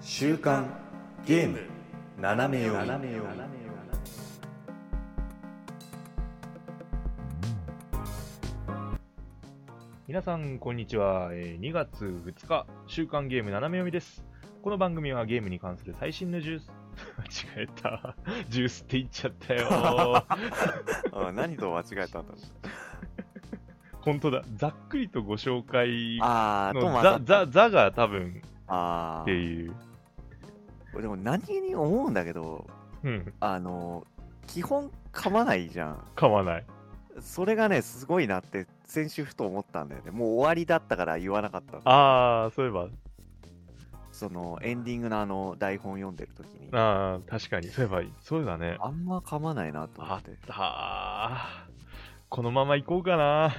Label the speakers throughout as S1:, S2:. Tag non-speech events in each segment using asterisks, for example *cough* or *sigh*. S1: 週刊ゲーム斜め読み
S2: 皆さん、こんにちは。えー2月2日、週刊ゲーム斜め読みです。この番組はゲームに関する最新のジュース、 *laughs* 間違えた。ジュースって言っちゃった
S1: *laughs*
S2: よ。
S1: あ何と間違えたんだろう
S2: 本当だ。ざっくりとご紹介
S1: あーと
S2: の
S1: ま
S2: ザ、
S1: た
S2: ザ、ザが多分
S1: あ
S2: って
S1: ー
S2: いう。
S1: 俺でも何気に思うんだけど
S2: うん、
S1: あの基本噛まないじゃん
S2: 噛まない。
S1: それがねすごいなって先週ふと思ったんだよねもう終わりだったから言わなかったの
S2: あー、そういえば、
S1: そのエンディングのあの台本読んでる時に
S2: あー、確かに。そういえば、そうだね。
S1: あんま噛まないなと思
S2: あ
S1: っ
S2: ってたー。このまま行こうかな。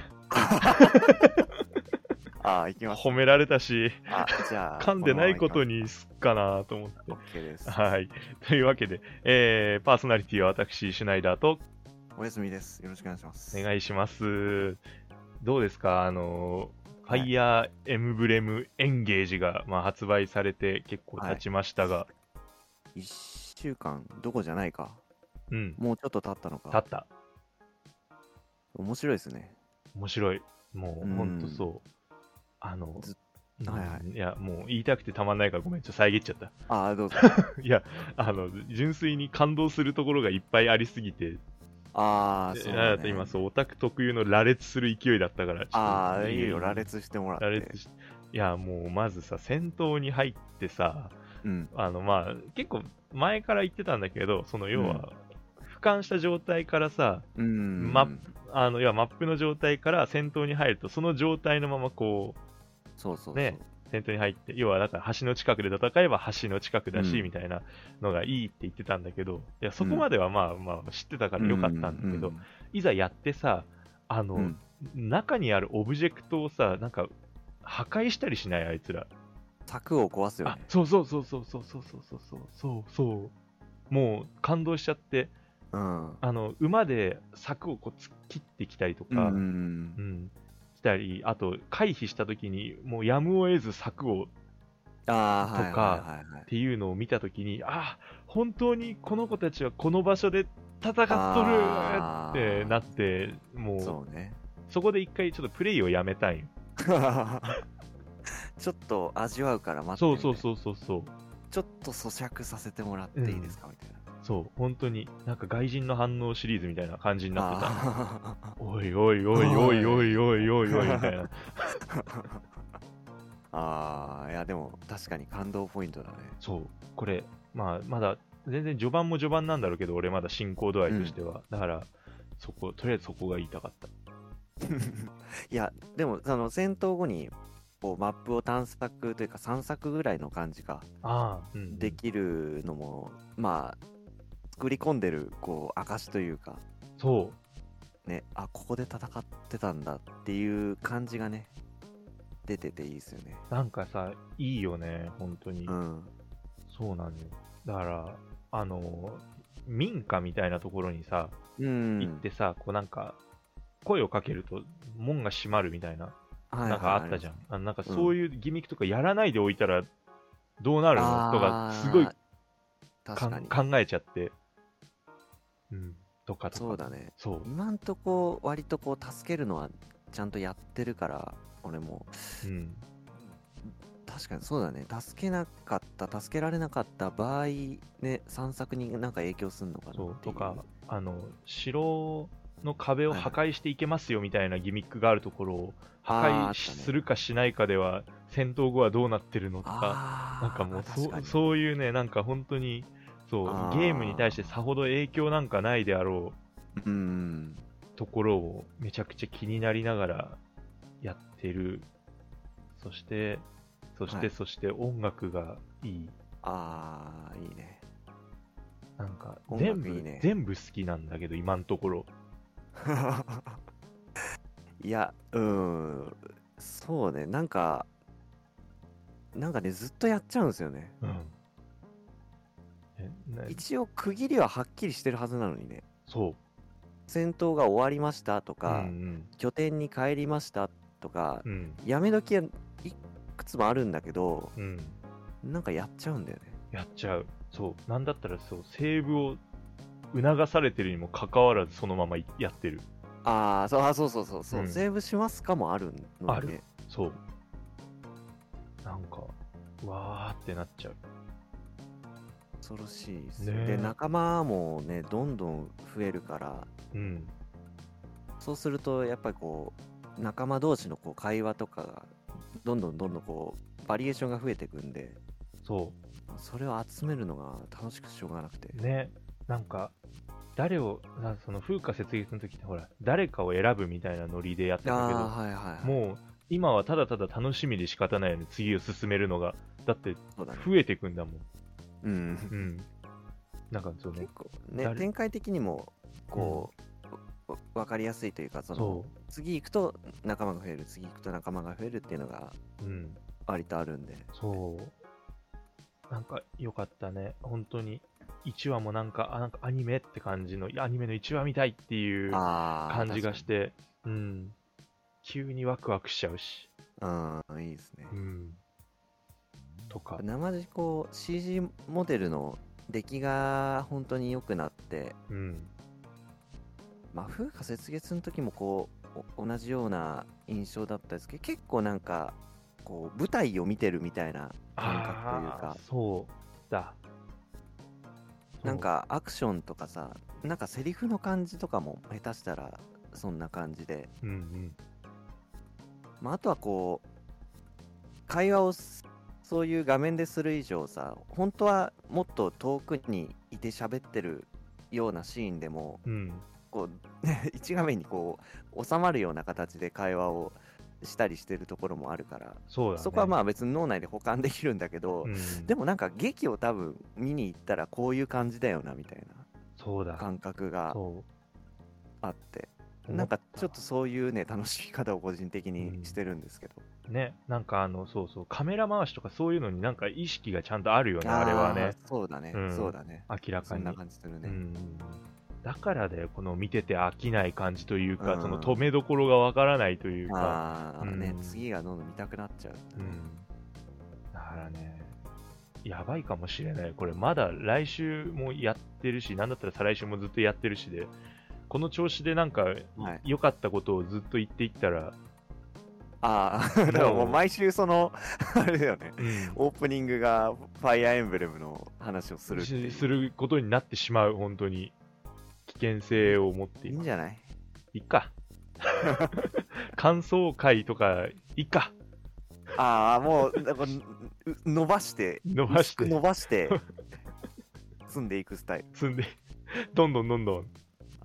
S1: ああ行きます
S2: 褒められたし、
S1: あじゃあ
S2: 噛んでないこと
S1: に
S2: にすっかなと思って。
S1: OK です
S2: *laughs* はい。というわけで、えーパーソナリティは私、シュナイダーと
S1: おやすみですよろしくお願いします
S2: お願いします。どうですかあのー、
S1: はい
S2: ファイヤーエムブレムエンゲージが、まあ、発売されて結構経ちましたが、
S1: 1週間どこじゃないか
S2: うん、
S1: もうちょっと経ったの
S2: 経っ
S1: か
S2: た。
S1: 面白いですね
S2: 面白い。も
S1: う
S2: う、
S1: ん
S2: ほんとそう。あの、
S1: ず
S2: うん
S1: はいはい
S2: いや、もう言いたくてたまんないからごめん、ちょっと遮っちゃった。 *laughs*
S1: ああどうぞ
S2: いや、あの、純粋に感動するところがいっぱいありすぎて、
S1: ああ
S2: え
S1: そう
S2: なんだ
S1: だ、
S2: った
S1: ね、
S2: ら今、そう、オタク特有の羅列する勢いだったから、ちょっと
S1: ああいいよ羅列してもらって
S2: 羅列しいやもうまずさ戦闘に入ってさ
S1: うん
S2: あのまあ結構前から言ってたんだけどその要
S1: うん
S2: は、俯瞰した状態からさ
S1: うん
S2: マッあの要はマップの状態から戦闘に入るとその状態のままこ
S1: そうそうそう
S2: ねう戦闘に入って要はだから橋の近くで戦えば橋の近くだし、
S1: うん
S2: みたいなのがいいって言ってたんだけどいやそこまではまあまあ知ってたからよかったんだけど、
S1: うん
S2: いざやってさあの、
S1: うんうん
S2: 中にあるオブジェクトをさなんか破壊したりしないあいつら
S1: 柵を壊すよ
S2: あ
S1: ね
S2: そうそうそうそうそうそうそうそうそうそうそうもう感動しちゃって
S1: うん
S2: あの馬で柵をこう突っ切ってきたりと
S1: うん
S2: か、
S1: う
S2: うん
S1: ん
S2: 来たりあと回避した時にもうやむを得ず柵をっ
S1: ああはい
S2: とか
S1: はいはいはい
S2: ていうのを見た時にあ本当にこの子たちはこの場所で戦っ
S1: あ
S2: とる
S1: ー
S2: ってなってもうそ
S1: そうね *laughs*
S2: こで一回ちょっとプレイをやめたいんよ
S1: ちょっと味わうから待って
S2: そうそう
S1: う
S2: そうそうそう
S1: ちょっと咀嚼させてもらっていいですか、みたいな
S2: そう本当になんか外人の反応シリーズみたいな感じになってた
S1: あー
S2: おいおいおいおいおいおいおいおいみたいな。
S1: *laughs* あーいやでも確かに感動ポイントだね
S2: そう、これ、まあ、まだ全然序盤も序盤なんだろうけど、俺まだ進行度合いとしては。だから、そこ、とりあえずそこが言いたかった。
S1: *laughs* いやでもその戦闘後にこうマップを探索というか散策ぐらいの感じが
S2: ああ、うん。
S1: できるのも、まあ作り込んでるこう証というか
S2: そ
S1: ねあここで戦ってたんだっていう感じがね出てていいですよね
S2: う、なんかさ、いいよね、本当に。
S1: うん
S2: そうなんよ。だから、あの、民家みたいなところにさ、
S1: うん
S2: 行ってさ、こうなんか、声をかけると門が閉まるみたいな、
S1: はい
S2: なんかあったじゃん。あのなんかそういうギミックとかやらないでおいたらどうな
S1: あ
S2: るのとか、すごい
S1: ー確かに
S2: かん考えちゃって、うん、とかとか。
S1: そうだね
S2: そう
S1: 今んとこ割とこう助けるのはちゃんとやってるから俺も
S2: うん、
S1: 確かにそうだね助けなかった助けられなかった場合ね散策になんか影響するのかなってい
S2: そうとか、あの、城の壁を破壊していけますよみたいなギミックがあるところを、破
S1: あーあ
S2: 壊
S1: ったね
S2: するかしないかでは、戦闘後はどうなってるのとか、
S1: あー
S2: なんかもう
S1: 確か
S2: そ
S1: に
S2: そういうね、なんか本当に、そう
S1: あー
S2: ゲームに対してさほど影響なんかないであろ
S1: うん
S2: うところをめちゃくちゃ気になりながらやってる。そして、そして、
S1: はい
S2: そして音楽がいい。
S1: ああいいね *laughs*
S2: なんか、
S1: 音
S2: 全
S1: 楽
S2: 部
S1: いいね
S2: 全部好きなんだけど、今のところ。
S1: いやうんそうねなんかなんかねずっとやっちゃうんですよね
S2: うん。えね
S1: 一応区切りははっきりしてるはずなのにね
S2: そ
S1: 戦闘が終わりましたと
S2: う。う
S1: か、
S2: ん
S1: 拠点に帰りましたとか
S2: うん。うん。
S1: やめ時はいくつもあるんだけど
S2: うん。
S1: なんかやっちゃうんだよね。
S2: やっちゃう。そう。なんだったら、そう、セーブを促されてるにもかかわらず、そのままやってる。
S1: ああ、そうあそうそうそうそう、
S2: うん
S1: セーブしますかもあるの
S2: あ
S1: で、
S2: るそう。なんか、わーってなっちゃう。
S1: 恐ろしいです、
S2: ねえ
S1: で、仲間もね、どんどん増えるから、
S2: うん。
S1: そうすると、やっぱりこう、仲間同士のこう会話とかが、どんどんどんどんこう、バリエーションが増えていくんで、
S2: そ
S1: それを集めるのが楽しくしょうがなくて。
S2: う。ね。なんか、誰を、なその風花設立の時ってほら、誰かを選ぶみたいなノリでやってた
S1: あ
S2: け
S1: あ
S2: ど、
S1: ー、はいはい、はい。
S2: もう、今はただただ楽しみで仕方ないよね。次を進めるのが。だって、
S1: そうだね。
S2: 増えてくんだもん。
S1: うん。
S2: うん。なんか、その
S1: 結、構ね、
S2: 誰
S1: 展開的にも、こう、わわかりやすいというか、その、
S2: そ
S1: 次行くと仲間が増える次行くと仲間が増えるっていうのが
S2: う。うん。
S1: 割とあるんで
S2: そう。なんか良かったね。本当に。1話もなんか、あ、なんかアニメって感じの、いやアニメの1話みたいっていう
S1: あー
S2: 感じがして、うん。急にワクワクしちゃうし。
S1: 確かにうんいいですね
S2: うん。とか。
S1: 生地こう CG モデルの出来が本当に良くなって
S2: うん。
S1: まあ風化雪月の時もこうお同じような印象だったんですけど結構なんかこう舞台を見てるみたいな感覚という
S2: あ
S1: か
S2: あ、そうだ。そう
S1: なん、かアクションとかさなんかセリフの感じとかも下手したらそんな感じで
S2: うんうん。
S1: まあ、あとはこう会話をすそういう画面でする以上さ本当はもっと遠くにいて喋ってるようなシーンでも
S2: うん。
S1: こう、 *laughs* ね、一画面にこう収まるような形で会話をしたりしてるところもあるから
S2: そうだね。
S1: そこはま
S2: あ、
S1: あ別に脳内で保管できるんだけど、
S2: うん、
S1: でもなんか劇を多分見に行ったらこういう感じだよなみたい
S2: そう
S1: な
S2: だ。
S1: 感覚が
S2: そ
S1: あって
S2: う。
S1: なんかちょっ
S2: と
S1: とそういうね楽しみ方を個人的にしてるんですけど、
S2: ね、なんかあの、そうそう、カメラ回しとかそういうのになんか意識がちゃんとあるよね、あれはね、
S1: ーそうだね、
S2: うん
S1: そうだね。
S2: 明ら
S1: そ
S2: か
S1: ん
S2: に。
S1: な感じするね。
S2: うんだからだよ、この見てて飽きない感じというか、
S1: うん
S2: その止めどころがわからないというか、
S1: ああ、ね
S2: う、ん
S1: 次がどんどん見たくなっちゃう。
S2: うん。だからね、やばいかもしれない。これまだ来週もやってるし、なんだったら再来週もずっとやってるしで、この調子でなんか
S1: はい
S2: 良かったことをずっと言っていったら、
S1: あ
S2: *laughs*
S1: あ、
S2: う
S1: だからもう毎週その、 *laughs* あれだよね。 *laughs*
S2: うん
S1: オープニングがファイアーエンブレムの話をするっていう
S2: しすることになってしまう、本当に。危険性を持って
S1: い
S2: い
S1: い
S2: ま
S1: ん
S2: す
S1: じゃない
S2: いっ
S1: *laughs*
S2: か。感想会とか、いっか。
S1: ああ、もう、なんかう伸ばして、
S2: 伸ばし
S1: 薄く
S2: て
S1: 伸、
S2: *laughs*
S1: ばして、積んでいくスタイル。
S2: 積んで、どんどんどんどん。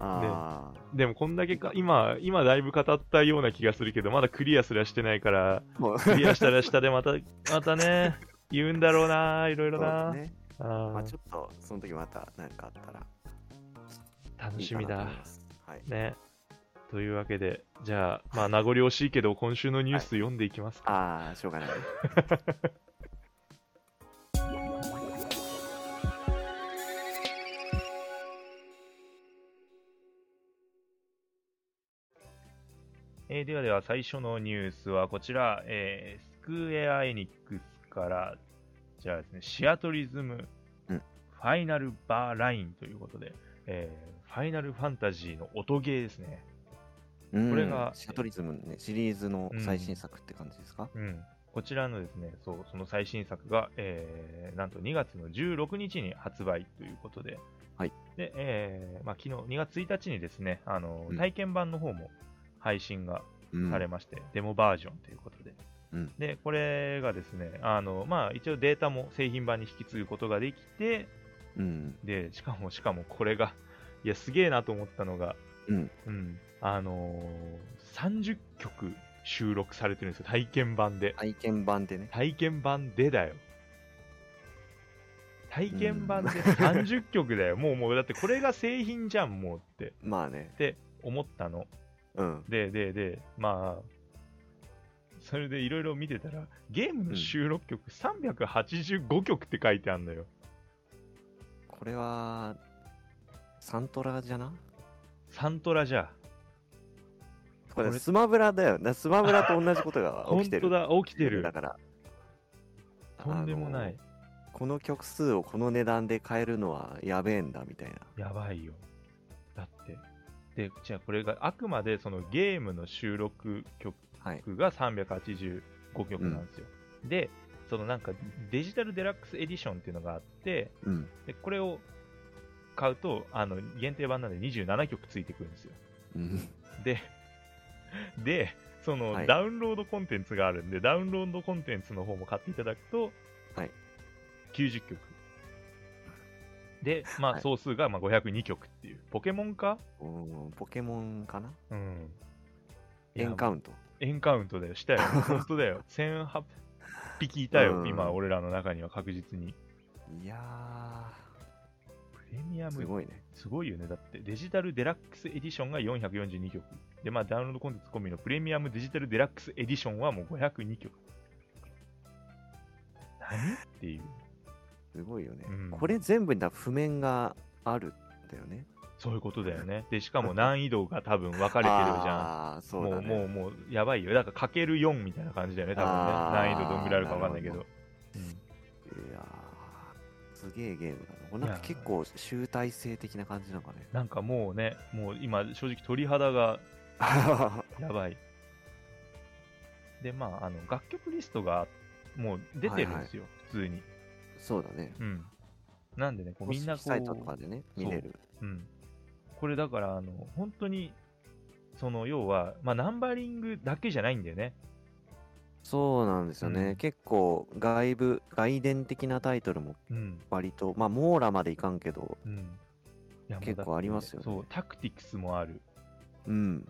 S1: ああ、
S2: でもこんだけか、今、今だいぶ語ったような気がするけど、まだクリアすらしてないから、
S1: もう、
S2: クリアしたらしたで
S1: *laughs*
S2: また、またね、言うんだろうな、いろいろな。
S1: そうですね。
S2: あー
S1: まあちょっと、その時また何かあったら
S2: 楽
S1: いい
S2: し
S1: か
S2: み
S1: なと
S2: だ
S1: 思い。ます。はい。
S2: ね。というわけで、じゃあ、まあ名残惜しいけど、今週のニュース読んでいきますか。
S1: ああ、しょうがない。
S2: えーではでは最初のニュースはこちら、えースクエア・エニックスから、じゃあですね、シアトリズム、
S1: うん
S2: ファイナルバーラインということで、えーファイナルファンタジーの音ゲーですね。
S1: こ
S2: れが
S1: シャトリズムね、シリーズの最新作って感じですか、
S2: うん。こちらのですね、そう、その最新作が、えーなんと2月の16日に発売ということで、
S1: はい。
S2: で、えーまあ昨日2月1日にですね、あの、
S1: うん
S2: 体験版の方も配信が
S1: うん
S2: されまして、デモバージョンということで。
S1: うん
S2: で、これがですね、あの、まあ、一応データも製品版に引き継ぐことができて、
S1: うん。
S2: で、しかも、しかもこれが、いや、すげえなと思ったのが、
S1: うん。
S2: うん、あのー30曲収録されてるんですよ、体験版で。
S1: 体験版でね。
S2: 体験版でだよ。体験版で30曲だよ。もう、もう、だってこれが製品じゃん、もうって、
S1: まあね
S2: っ。て思ったの。
S1: うん。
S2: で、で、で、まあ、それでいろいろ見てたら、ゲームの収録曲385曲って書いてあるのよ。
S1: これは、サントラじゃな
S2: サントラじゃ。
S1: こ
S2: こ
S1: れ
S2: れ
S1: スマブラだよ。なスマブラと同じことが起
S2: 本
S1: きてる。
S2: 当だ、起きて
S1: だ
S2: る。
S1: から。
S2: とんでもない
S1: あの。この曲数をこの値段で買えるのはやべえんだみたいな。
S2: やばいよ。だって。で、じゃあこれがあくまでそのゲームの収録曲
S1: はい。
S2: が385曲なんですよ。で、そのなんかデジタルデラックスエディションっていうのがあって、
S1: うん。
S2: でこれを買うと、あの、限定版なんで27曲ついてくるんですよ。
S1: うん。
S2: で、で、その、
S1: はい
S2: ダウンロードコンテンツがあるんで、ダウンロードコンテンツの方も買っていただくと、
S1: はい
S2: 90曲。で、まあ、
S1: はい
S2: 総数がまあ502曲っていう、ポケモンか
S1: うんポケモンかな
S2: うん。
S1: エンカ
S2: ウント。
S1: ウント。
S2: エンカウントだよ、した
S1: *laughs*
S2: よ。本当だよ。1800匹いたよ、
S1: うん
S2: 今、俺らの中には確実に。
S1: いや
S2: プレミアム
S1: ー、すごいね。
S2: すごいよね。だって、デジタルデラックスエディションが442曲。で、まあ、ダウンロードコンテンツ込みのプレミアムデジタルデラックスエディションはもう502曲。何っていう。
S1: すごいよね。
S2: うん
S1: これ全部にだ譜面があるんだよね。
S2: そういうことだよね。で、しかも難易度が多分分かれてるじゃん。
S1: ああ、そうだね。
S2: もう、もう、もう、やばいよ。だから、かける4みたいな感じだよね、多分ね。
S1: あー
S2: 難易度どんぐらいあるか分かんないけど。
S1: な
S2: うん
S1: いやー、すげえゲームだね。これな
S2: い
S1: んか
S2: やー
S1: 結構集大成的な感じなのかね。
S2: なんかもうね、もう今、正直鳥肌がやばい。で、まあ、あの、楽曲リストが、もう出てるんですよ、普通に。
S1: *laughs* そうだね。
S2: うん。なんでね、こうみんなこ
S1: 公式サイトとか
S2: う、
S1: でね、見れる。
S2: うん。これだから、あの、本当に、その、要は、まあ、ナンバリングだけじゃないんだよね。
S1: そうなんですよね。
S2: うん
S1: 結構外部、外伝的なタイトルも
S2: うん。
S1: 割と、まあ、網羅までいかんけど、
S2: うん。いやもう
S1: 結構
S2: だって
S1: ありますよね
S2: そう、タクティクスもある。
S1: うん。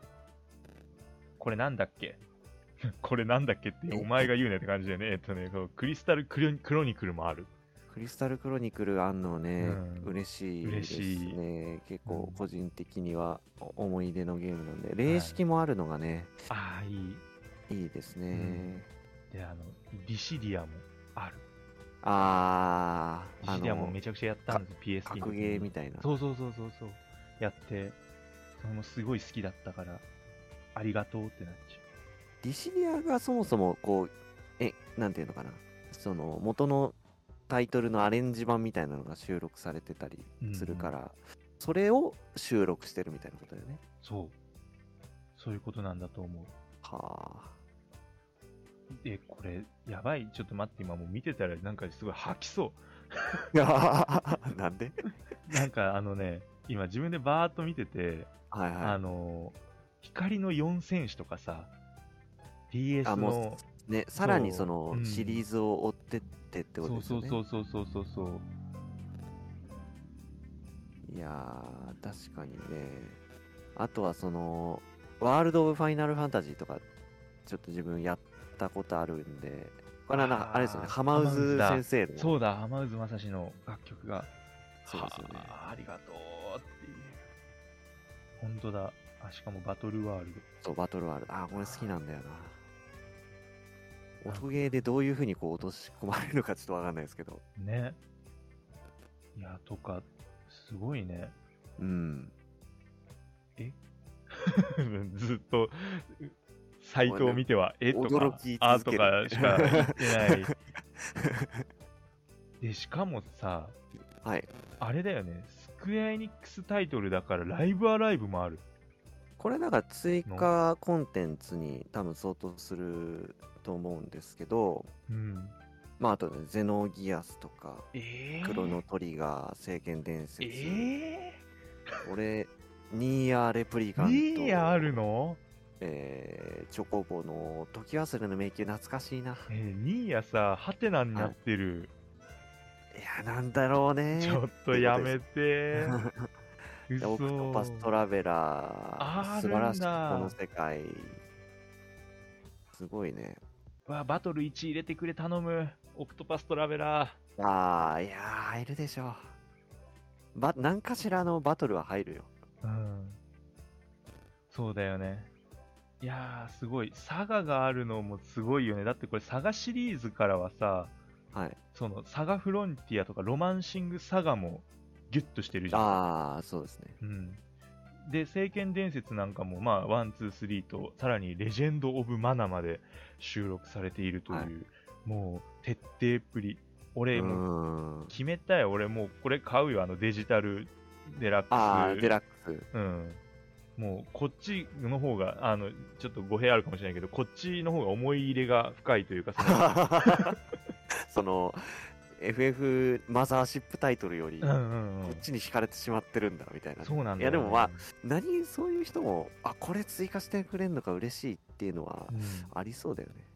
S2: これなんだっけ *laughs* これなんだっけって、お前が言うねって感じだよね。えっとね、そうクリスタルクロニクロニクルもある。
S1: クリスタルクロニクルあんのね、
S2: うん
S1: 嬉しいですね。結
S2: う
S1: 構
S2: ん
S1: 個人的には思い出のゲームなんで、霊式もあるのがね、
S2: ああ、いい。
S1: いいですね。
S2: うんで、あの、ディシディアもある。ディ
S1: あー、あ
S2: シディアも
S1: の
S2: め、ちゃくちゃやったんです、PSP の時に。
S1: 格ゲーみたいな。
S2: そうそうそうそうそう。やって、それもすごい好きだったから、ありがとうってなっちゃ
S1: ディシリアがそもそも、こう、え、なんていうのかな、その、元のタイトルのアレンジ版みたいなのが収録されてたり
S2: う。
S1: するか
S2: うんうん。
S1: ら、それを収録してるみたいなことだよね。
S2: そう。そういうことなんだと思う。
S1: はあ。
S2: で、これ、やばい。ちょっと待って、今もう見てたらなんかすごい吐きそ *laughs*
S1: *laughs* なんで
S2: う。なんかあのね、今自分でバーっと見てて、
S1: はい
S2: あ
S1: は
S2: のー、光の4選手とかさ、DS
S1: あもう
S2: の、
S1: い。ね、さらに
S2: そう
S1: その
S2: うん
S1: シリーズを追ってってってこと
S2: そう
S1: です
S2: そ
S1: よ
S2: う
S1: ね。
S2: そうそうそうそうそう。
S1: いやー、確かにね。あとはその、ワールド・オブ・ファイナル・ファンタジーとか、ちょっと自分やったことあるんで、これはなんか
S2: あー
S1: あれですよね、浜渦先生の。
S2: そうだ、浜渦正史の楽曲が。
S1: そうですよね
S2: はあありがとうっていう。本当だ。あ、しかもバトルワール
S1: そうバトルワールド。あー、これ好きなんだよな。音ゲーでどういうふうにこう落とし込まれるのかちょっとわかんないですけど。
S2: ド。ね。いや、とか、すごいね。 *laughs*
S1: うん。
S2: ずっと、サイトを見ては、えと
S1: 驚
S2: か
S1: き、
S2: あと
S1: 続け
S2: か
S1: る
S2: しか言ってない。 *laughs* で、しかもさ、
S1: はい。
S2: あれだよね。スクエアエニックスタイトルだから、ライブアライブもある。
S1: これなんか追加コンテンツに多分相当すると思うんですけど、
S2: うん。
S1: まああとね、ゼノギアスとか、
S2: え
S1: 黒のトリガー、聖剣伝説、
S2: え
S1: 俺、ニーヤーレプ
S2: ー、
S1: リカント、
S2: いやあるの
S1: えーチョコボの時忘れの迷宮懐かしいな。
S2: えー、ニーヤさ、ハテナになってる。
S1: いや、なんだろうね
S2: ち。ょっとやめて。
S1: で
S2: 嘘
S1: オクトパストラベラ
S2: あー
S1: ー、素晴らしいこ
S2: あるんだ
S1: の世界。すごいね。
S2: うわ、バトル1入れてくれ、頼む。オクトパストラベラー。
S1: ああ、いやー、入るでしょう。ば、何かしらのバトルは入るよ。
S2: うん。そうだよね。いやー、すごい。サガがあるのもすごいよね。だってこれ、サガシリーズからはさ、
S1: はい。
S2: その、サガフロンティアとか、ロマンシングサガもギュッとしてるじゃん。
S1: ああ、そうですね。
S2: うん。で、聖剣伝説なんかも、まあ、ワン、ツー、スリーと、さらにレジェンド・オブ・マナまで収録されているという、
S1: はい
S2: もう、徹底っぷり。俺、
S1: う
S2: もう
S1: ーん
S2: 決めたよ。俺、もうこれ買うよ。あのデジタルデラックス。
S1: ああデラックス
S2: うん。もう、こっちの方が、あの、ちょっと語弊あるかもしれないけど、こっちの方が思い入れが深いというか、そ
S1: *laughs*
S2: の
S1: その FF マザーシップタイトルより、
S2: うんうんう
S1: こ
S2: ん
S1: っちに惹かれてしまってるんだみたいな
S2: そうなんだよね、
S1: いやでもまあ何そういう人もあこれ追加してくれるのか嬉しいっていうのは
S2: うん
S1: ありそうだよね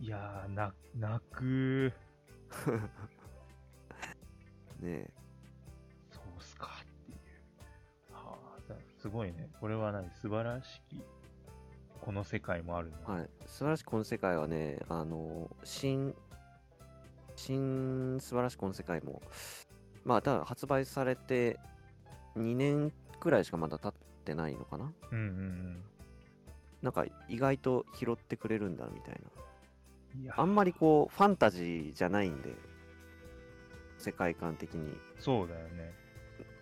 S2: いやー、な泣く。
S1: ね
S2: そうっすかっていう。はあ、だすごいね。これは何素晴らしき。この世界もある
S1: え
S2: な。
S1: はい素晴らしくこの世界はねあの新新素晴らしくこの世界もまあただ発売されて2年くらいしかまだ経ってないのかな
S2: うんうん
S1: なんか意外と拾ってくれるんだみたいな
S2: うん。いや
S1: あんまりこうファンタジーじゃないんで世界観的に
S2: そうだよね。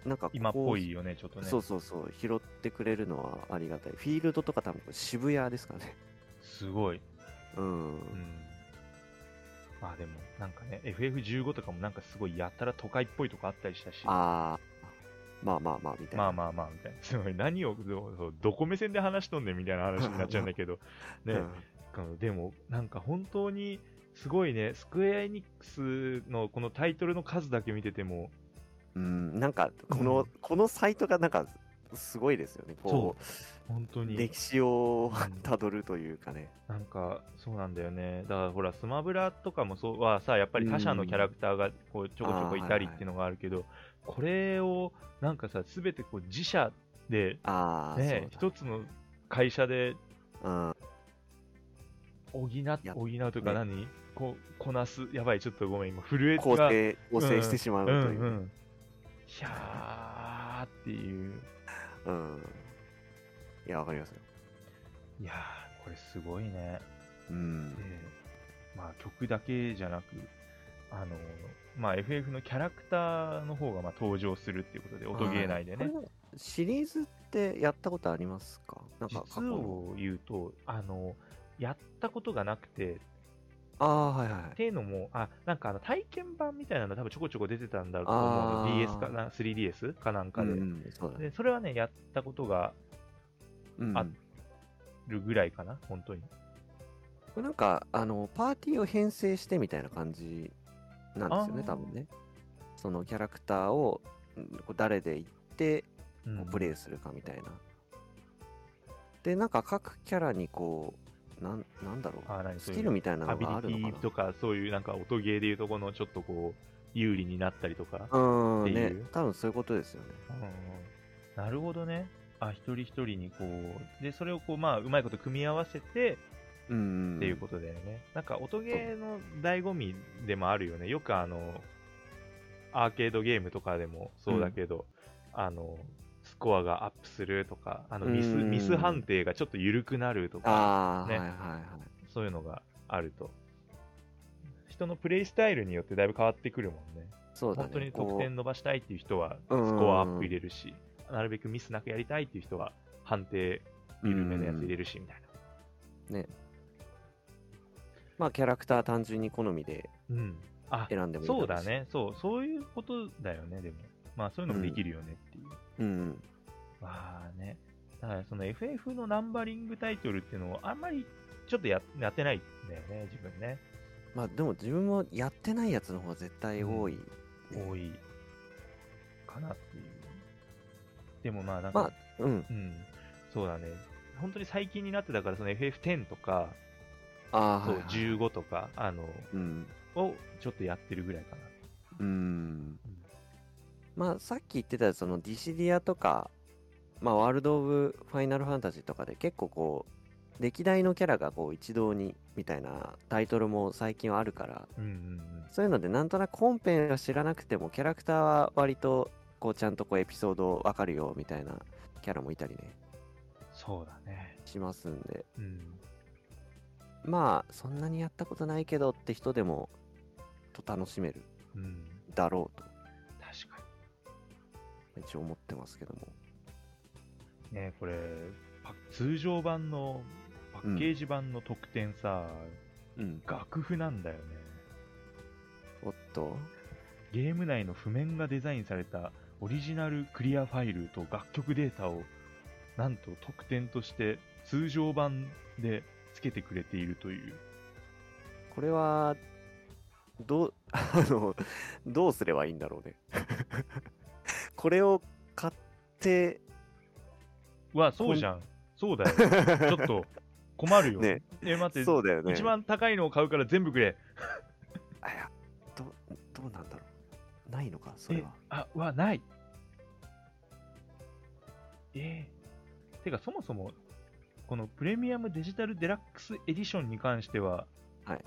S1: なんかこう
S2: 今っぽいよね、ちょっとね。
S1: そうそうそう拾ってくれるのはありがたいフィールドとか多分渋谷ですかね *laughs*
S2: すごい。
S1: うん、
S2: うん。まあでも、なんかね、FF15 とかもなんかすごいやたら都会っぽいとこあったりしたし。
S1: ああまあまあまあみたいな
S2: まあまあまあ、みたいな。すごい、何をどそうどこ目線で話しとんねんみたいな話になっちゃうんだけ
S1: *laughs*
S2: ど。ね、
S1: うん
S2: あのでも、なんか本当にすごいね、スクエア・エニックスのこのタイトルの数だけ見てても、
S1: うんなんかこの、
S2: うん
S1: このサイトがなんかすごいですよねこ
S2: 本当
S1: う
S2: に、
S1: 歴史を
S2: うん
S1: たどるというかね
S2: なんかそうなんだよね。だからほら、スマブラとかもそうはさ、やっぱり他社のキャラクターがこうちょこちょこいたりっていうのがあるけど、これをなんかさ、すべてこう自社で、
S1: ああ、
S2: ね、
S1: そ
S2: 一
S1: う
S2: つの会社で
S1: だうん
S2: 補っ
S1: や
S2: 補うというか
S1: ね
S2: 何、ここなす、やばい、ちょっとごめん、今、震え
S1: 構
S2: が
S1: 成構成してしまうと
S2: うん
S1: いう、
S2: うん。いやーっていう。
S1: うんいや、わかりますよ。
S2: いやー、これすごいね。
S1: うん
S2: で、まあ曲だけじゃなく、あの、まあ FF のキャラクターの方がまあ登場するっていうことで、音ゲー内でね
S1: こ。れシリーズってやったことありますかなんか過
S2: 実
S1: 去の。
S2: を言うと、あの、やったことがなくて、
S1: ああ、はいは
S2: っていうのも、あ、なんかあの体験版みたいなの多分ちょこちょこ出てたんだろうと思う
S1: あ
S2: の。
S1: ー
S2: DS かな、3DS かなんか
S1: い。
S2: で。
S1: うん、そうだね。
S2: で、それはね、やったことが
S1: うん、
S2: あ
S1: こ
S2: るぐらいかな、本当に。
S1: れなんか、あの、パーティーを編成してみたいな感じなんですよね、
S2: あー
S1: 多分ね。そのキャラクターをうんこう誰で行って、
S2: うん
S1: こうプレイするかみたいな。で、なんか各キャラにこう、なんなんだろ
S2: あー
S1: う、
S2: 何
S1: ス
S2: そういう
S1: キルみたいな
S2: ア
S1: の
S2: ビ
S1: がある
S2: リテ
S1: の
S2: ィ
S1: か
S2: とか、そういうなんか音ゲーでいうとこのちょっとこう、有利になったりとか。
S1: な。う
S2: っ
S1: ん、
S2: てい
S1: ね
S2: う、
S1: 多分そういうことですよね。
S2: うん、なるほどね。あ、一人一人にこう、で、それをこう、まあ、うまいこと組み合わせて
S1: うん。
S2: っていうことだよね。なんか、音ゲーの醍醐味でもあるよね。よくあの、アーケードゲームとかでもそうだけど、あの、スコアがアップするとか、あのミス、
S1: うん
S2: ミス判定がちょっと緩くなるとか、
S1: ああ、
S2: ね
S1: はいはいはい。
S2: そういうのがあると。人のプレイスタイルによってだいぶ変わってくるもんね。
S1: そうだね。
S2: 本当に
S1: こう
S2: 得点伸ばしたいっていう人はス
S1: うんうんうん
S2: コアアップ入れるし、なるべくミスなくやりたいっていう人は判定緩めのやつ入れるしみたい
S1: まあ、キャラクター単純に好みで
S2: な。うん。あ、
S1: 選んでもいいだろ
S2: そう
S1: し
S2: だ。ね。そう、そういうことだよね、でも。まあそういうのもできるよねっていう。
S1: うん。
S2: まあね。だからその FF のナンバリングタイトルっていうのをあんまりちょっとややってないんだよね、自分ね。
S1: まあ、でも自分もやってないやつの方が絶対多い。
S2: 多いかなっていう。でもまあなんか、
S1: まあ、うん。
S2: うん。そうだね。本当に最近になってだからその FF10 とか、
S1: ああ、
S2: そう、
S1: はいはい
S2: 15とか、あの、
S1: うん。
S2: をちょっとやってるぐらいかな。
S1: うん。
S2: うん
S1: まあ、さっき言ってた、その、ディシディアとか、まあ、ワールド・オブ・ファイナル・ファンタジーとかで結構こう、歴代のキャラがこう一堂にみたいなタイトルも最近はあるから、
S2: うんうんうん。
S1: そういうのでなんとなく本編は知らなくてもキャラクターは割とこうちゃんとこうエピソードわかるよみたいなキャラもいたりね、
S2: そうだね。
S1: しますんで、
S2: うん。
S1: まあそんなにやったことないけどって人でもと楽しめる
S2: うん。
S1: だろう
S2: 確か
S1: と一応思ってますけども
S2: に。ねこれ、パ通常版の、パッケージ版の特典さ、
S1: うん
S2: 楽譜なんだよね。
S1: と
S2: ゲーム内の譜面がデザインされたオリジナルクリアファイルと楽曲データをなんと特典として通常版で付けてくれているという
S1: これはどう *laughs* あのどうすればいいんだろうね *laughs* これを買って
S2: うわそうじ *laughs* ゃんそうだよちょっと困るよ、
S1: ね
S2: え待って
S1: そうだよね
S2: 一番高いのを買うから全部くれ
S1: あいやどどうなんだろうないのかそれは
S2: えあうわないえーてかそもそもこのプレミアムデジタルデラックスエディションに関しては、
S1: はい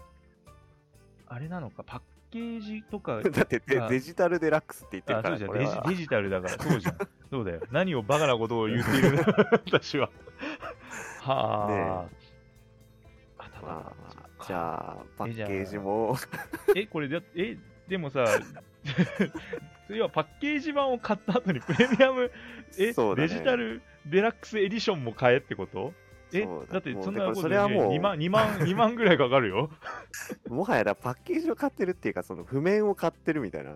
S2: あれなのかパッケージと
S1: *laughs*
S2: か
S1: だってデ
S2: あ
S1: デジタルデラックスって言ってる
S2: あ
S1: か
S2: そう
S1: ら
S2: じゃん
S1: これ
S2: デジ
S1: は
S2: デジタルだからそうじゃんそうだよ何をバカなことを言ってい
S1: *laughs*
S2: るんだ私ははあ、あただ
S1: まあ
S2: そっか
S1: まあじゃあパ
S2: えじゃ
S1: ッ
S2: あ
S1: ケージも
S2: え、これだ、え、でもさ、 *laughs* 要はパッケージ版を買った後にプレミアム、え、
S1: *laughs* そうだ
S2: デ
S1: ね
S2: ジタルデラックスエディションも買えってことえ
S1: そう、だ
S2: だって
S1: もう
S2: そんな
S1: で
S2: こ
S1: も
S2: と
S1: それはもう
S2: 2万、2万、2万ぐ
S1: *laughs*
S2: らいかかるよ。
S1: もはやだパッケージを買ってるっていうかその譜面を買ってるみたいな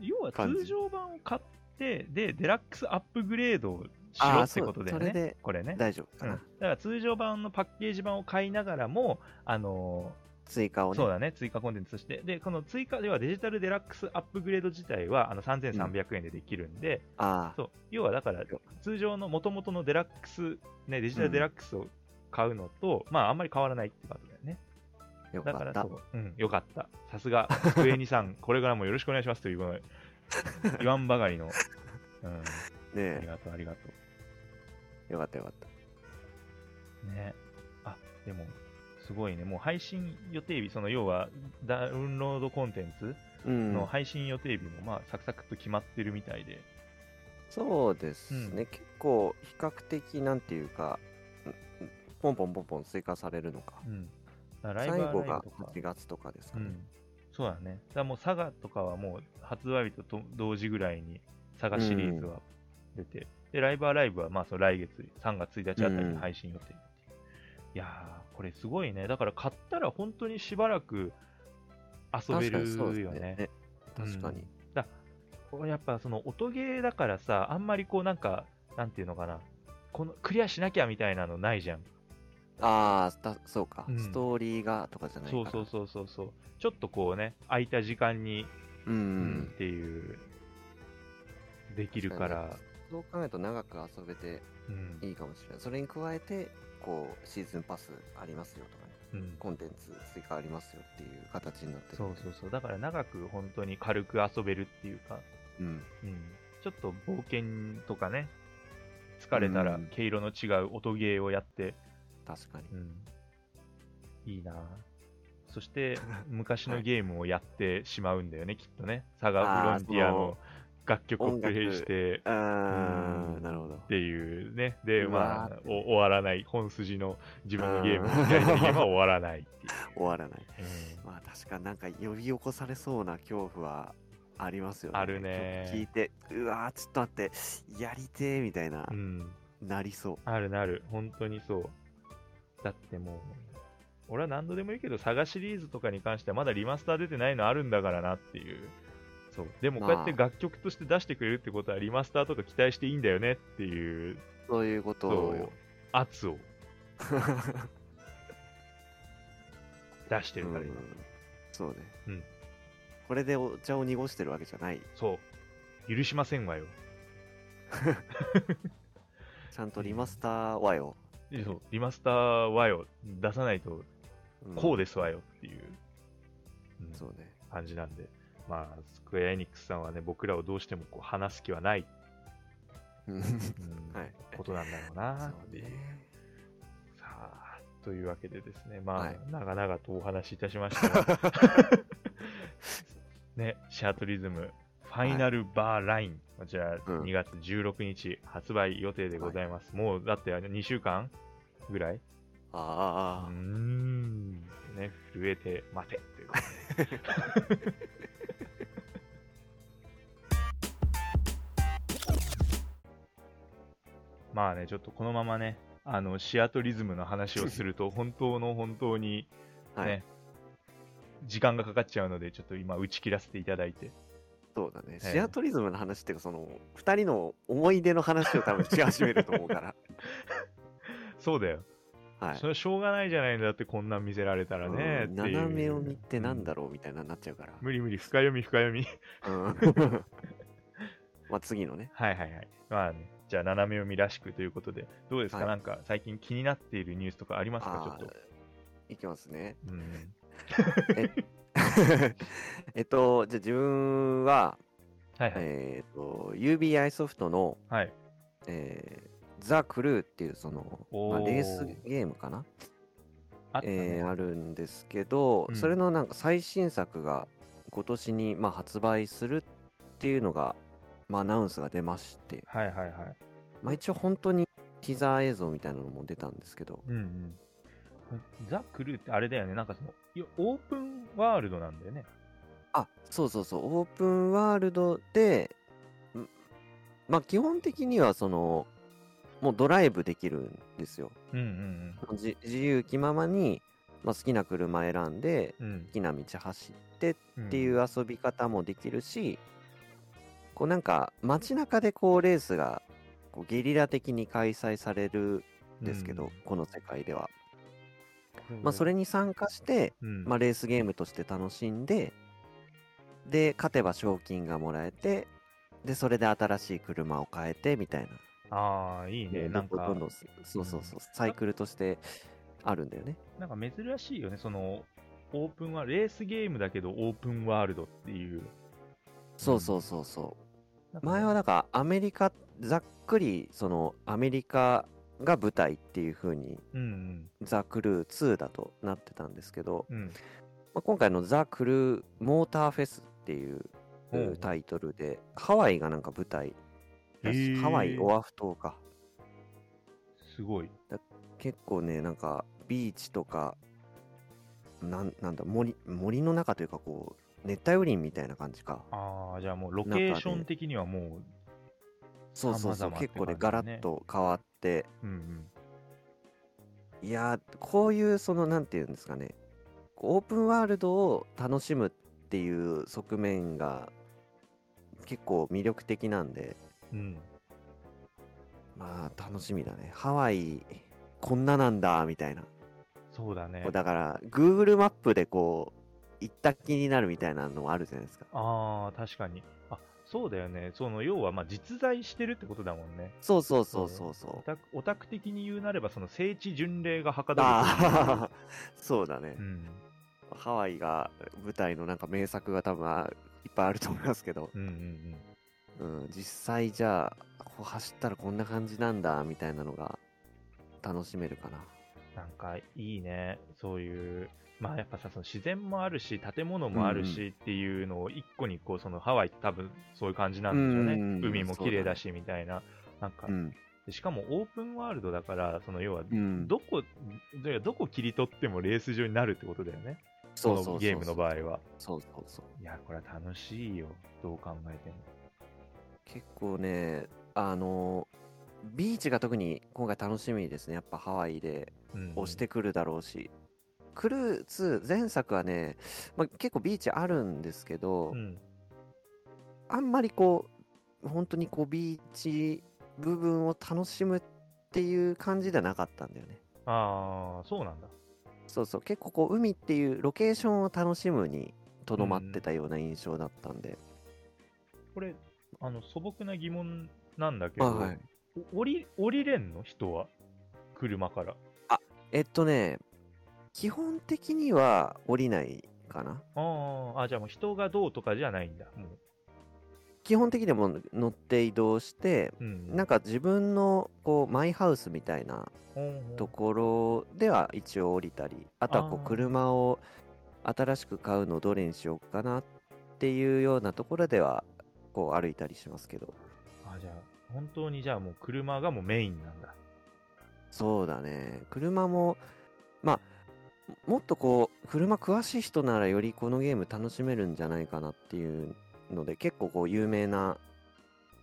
S2: 要は
S1: 感じ
S2: 通常版を買って、で、デラックスアップグレードをし
S1: あ
S2: ろ
S1: ー
S2: ってことだよ
S1: そうそ
S2: ね
S1: れで。
S2: これね。
S1: 大丈夫
S2: う
S1: か
S2: ん、
S1: な、
S2: だから通常版のパッケージ版を買いながらも、あのー
S1: 追加をね
S2: そうだね、追加コンテンツとして。で、この追加ではデジタルデラックスアップグレード自体はあの3300円でできるんで、
S1: ああ
S2: そう要はだから通常の元々のデラックス、ね、デジタルデラックスを買うのと、まああんまり変わらないってことだよね。
S1: よ
S2: だ
S1: か
S2: から
S1: った
S2: そう、うん、よかった。さすが、机にさん、 *laughs* これからもよろしくお願いしますという、
S1: *laughs*
S2: この言わんばかりの、うん、あり
S1: ね
S2: がとう、ありがと
S1: えよかったよかった
S2: う。ね。あ、でも、すごいね、もう配信予定日、その要はダウンロードコンテンツ
S1: うん
S2: の配信予定日も、まあ、サクサクと決まってるみたいで、
S1: そうです
S2: う
S1: ね、
S2: ん
S1: 結構比較的なんていうかんんポンポンポンポン追加されるのか
S2: うん。だから
S1: 最
S2: ライブアライ
S1: 後
S2: ブ
S1: が
S2: とか
S1: 8月とかです
S2: う
S1: かね、
S2: ん、そうだね。だからもう佐賀とかはもう発売日とと同時ぐらいに佐賀シリーズは出て、で、ライブアライブはまあその来月、3月1日あたりに配信予定っていう、いやー、これすごいね。だから買ったら本当にしばらく遊べ
S1: 確かに
S2: る
S1: そうです
S2: よね。
S1: ね確かに、
S2: うんこれやっぱその音ゲーだからさ、あんまりこうなんか、なんていうのかな、このクリアしなきゃみたいなのないじゃん。
S1: ああたそうか、
S2: うん
S1: ストーリーがとかじゃないか
S2: そう
S1: ら
S2: そうそうそうそう。ちょっとこうね、空いた時間に
S1: うん、
S2: っていう、できるから、
S1: そう考えると長く遊べて
S2: うん
S1: いいかもしれないそれに加えてこうシーズンパスありますよとかね
S2: うん
S1: コンテンツ追加ありますよっていう形になってる
S2: そうそうそう、だから長く本当に軽く遊べるっていうか、
S1: うん
S2: うん、ちょっと冒険とかね、疲れたら
S1: うん
S2: 毛色の違う音ゲーをやって、
S1: 確かに
S2: うんいいなぁそ
S1: *laughs*
S2: して、昔のゲームをやってしまうんだよね、きっとね。サガフロンティアの楽曲をプレイして、
S1: うー
S2: うん
S1: なるほど
S2: っていうね。で、
S1: う
S2: ま
S1: わ
S2: あ、お終わらない。本筋の自分のゲーム、やりたいゲームは終わらないって
S1: *laughs*
S2: いう
S1: 終わらない
S2: うん
S1: まあ確かなんか呼び起こされそうな恐怖はありますよね。
S2: あるね
S1: 曲聞いて、うわー、ちょっと待って、やりてーみたいな、
S2: うん。
S1: なりそう。
S2: あるなる。本当にそう。だってもう、俺は何度でも言うけど、サガシリーズとかに関してはまだリマスター出てないのあるんだからなっていう。そう。でもこ
S1: ま
S2: う
S1: あ
S2: やって楽曲として出してくれるってことは、リマスターとか期待していいんだよねっていう、
S1: そういうこと
S2: そ
S1: を
S2: う
S1: *laughs* よ。、
S2: 圧を出してるから、
S1: う
S2: 今。
S1: んそうね。
S2: うん
S1: これでお茶を濁してるわけじゃない。
S2: そう。許しませんわよ。
S1: ちゃんとリマスターはよ。
S2: でそうリマスターはよ、出さないと
S1: ん
S2: こうですわよっていう、うん
S1: そうね。
S2: 感じなんで、まあ、スクエアエニックスさんはね、僕らをどうしてもこう話す気はない、
S1: うん
S2: うん
S1: *laughs* はい。
S2: ことなんだろう
S1: *laughs* そ
S2: なっ
S1: う
S2: ていう。
S1: ね。
S2: さあ、というわけでですね、まあ、
S1: はい
S2: 長々とお話しいたしました
S1: *laughs*
S2: が、ね、シャートリズム、ファイナルバーライン、こちら
S1: うん
S2: 2月16日発売予定でございます。もうだって2週間ぐらい
S1: あ
S2: うー
S1: あ、
S2: ん。ね、震えて待
S1: *laughs*
S2: てということで。まあね、ちょっとこのままね、あ
S1: *laughs*
S2: の、シアトリズムの話をすると、本当の本当にね、
S1: はい。
S2: 時間がかかっちゃうので、ちょっと今、打ち切らせていただいて。
S1: そうだね。
S2: ええ
S1: シアトリズムの話っていうか、その、二人の思い出の話を多分し始めると思
S2: *laughs*
S1: うから。
S2: そうだよ。
S1: はい
S2: そ。れはしょうがないじゃないのだって、こんなん見せられたらね。
S1: うん
S2: っていう
S1: 斜め読みってなんだろうみたいなになっちゃうから。
S2: 無理無理、深読み、深読み。
S1: うん
S2: *laughs*
S1: まあ次のね。
S2: はいはいはい。まあね、じゃあ、斜め読みらしくということで、どうですか、
S1: はい
S2: なんか、最近気になっているニュースとかありますか、ちょっと。
S1: いきますね。 *laughs*
S2: うん。
S1: えっと、じゃあ自分は、
S2: はいはい。
S1: えっと、UBI ソフトの、
S2: はい。
S1: えーザ・クルーっていう、その、まあ、
S2: おー
S1: レースゲームかな、
S2: あったね
S1: えーあるんですけど、
S2: うん
S1: それのなんか最新作が今年に、まあ、発売するっていうのが、まあ、アナウンスが出まして、
S2: はいはいはい。
S1: まあ、一応本当にティザー映像みたいなのも出たんですけど、
S2: うんうん。ザ・クルーってあれだよね、なんかその、いやオープンワールドなんだよね。
S1: あそうそうそうオープンワールドでんまあ基本的にはそのもうドライブできるんですよ
S2: うんうん
S1: じ自由気ままに、まあ、好きな車選んで
S2: うん。うん
S1: 好きな道走ってっ
S2: って
S1: いう遊び方もできるし、こうなんか街中でこうレースがこうゲリラ的に開催されるんですけど、この世界では、まあ、それに参加して、
S2: うん、
S1: まあ、レースゲームとして楽しんで、で、勝てば賞金がもらえて、で、それで新しい車を変えてみたいな。
S2: ああ、いいね。
S1: で
S2: なん
S1: ど
S2: か
S1: ん、どんそうそうそう、サイクルとしてあるんだよね。
S2: なんか珍しいよね。その、オープンはレースゲームだけどオープンワールドっていう。
S1: そうそうそうそ
S2: なん
S1: う。
S2: か
S1: 前は
S2: ね
S1: だから、アメリカ、ざっくり、その、アメリカが舞台っていう風に、
S2: うん
S1: ザ・クルー2だとなってたんですけど、
S2: うん。うん。
S1: まあ、今回のザ・クルーモーターフェスっていう
S2: ほう
S1: タイトルで、ハワイがなんか舞台だ
S2: へ
S1: し、
S2: ー
S1: ハワイ、オアフ島か。
S2: すごい。
S1: 結構ねなんかビーチとかなんなんだ森森の中というかこう熱帯雨林みたいな感じか
S2: ああ、じゃあもうロケーション的にはも
S1: そうそうそ
S2: 様
S1: う、
S2: 々って
S1: 結構ね
S2: 感じ
S1: ガ
S2: だね
S1: ラッと変わって
S2: う、うん
S1: いやーこういうそのなんていうんですかねこうオープンワールドを楽しむっていう側面が結構魅力的なんで
S2: うん。うん。
S1: まあ楽しみだねハワイこんななんだみたいな
S2: そうだね
S1: こう。だから Google マップでこう行った気になるみたいなのもあるじゃないですか
S2: ああ、確かに。あ、そうだよね。その、要は、まあ、実在してるってことだもんね。
S1: そうそうそうそうそう
S2: オタクオタク的に言うなれば、その聖地巡礼がはかどる
S1: ああ、そうだね
S2: という。う。ん。
S1: ハワイが舞台のなんか名作が多分あいっぱいあると思いますけど、
S2: うんうんうん。
S1: うん、実際じゃあ、こう走ったらこんな感じなんだ、みたいなのが楽しめるかな。
S2: なんかいいね、そういう、まあやっぱさ、その自然もあるし、建物もあるしっていうのを一個にこう、そのハワイって多分そういう感じなんですよね。
S1: うんうんうん
S2: 海も綺麗だしみたいな。なんか
S1: う、ん。
S2: しかもオープンワールドだから、その要は、
S1: うん。
S2: どこ、いやどこ切り取ってもレース場になるってことだよね。
S1: そ
S2: こ
S1: うそうそうそ
S2: の
S1: う
S2: ゲームの場合は。
S1: そうそうそう。
S2: いや、これは楽しいよ。どう考えても。
S1: 結構ね、あの、ビーチが特に今回楽しみですね。やっぱハワイで
S2: うん
S1: 押してくるだろうし。クルー2前作はね、まあ、結構ビーチあるんですけど、
S2: うん。
S1: あんまりこう、本当にこう、ビーチ部分を楽しむっていう感じではなかったんだよね。
S2: ああ、そうなんだ。
S1: そうそう、結構こう、海っていうロケーションを楽しむにとどまってたような印象だったんで。
S2: これ、あの、素朴な疑問なんだけど、
S1: あはい
S2: お降り、降りれんの人は車から。
S1: えっとね、基本的には降りないかな。
S2: ああ、あ、じゃあもう人がどうとかじゃないんだ。も
S1: 基本的にはもう乗って移動して、
S2: う。うん。
S1: なん
S2: か、
S1: か自分のこうマイハウスみたいなところでは一応降りたりあとはこ
S2: あー
S1: う車を新しく買うのをどれにしようかなっていうようなところではこう歩いたりしますけど
S2: あ、じゃあ、本当にじゃあもう車がもうメインなんだ。
S1: そうだね車もまあもっとこう車詳しい人ならよりこのゲーム楽しめるんじゃないかなっていうので結構こう有名な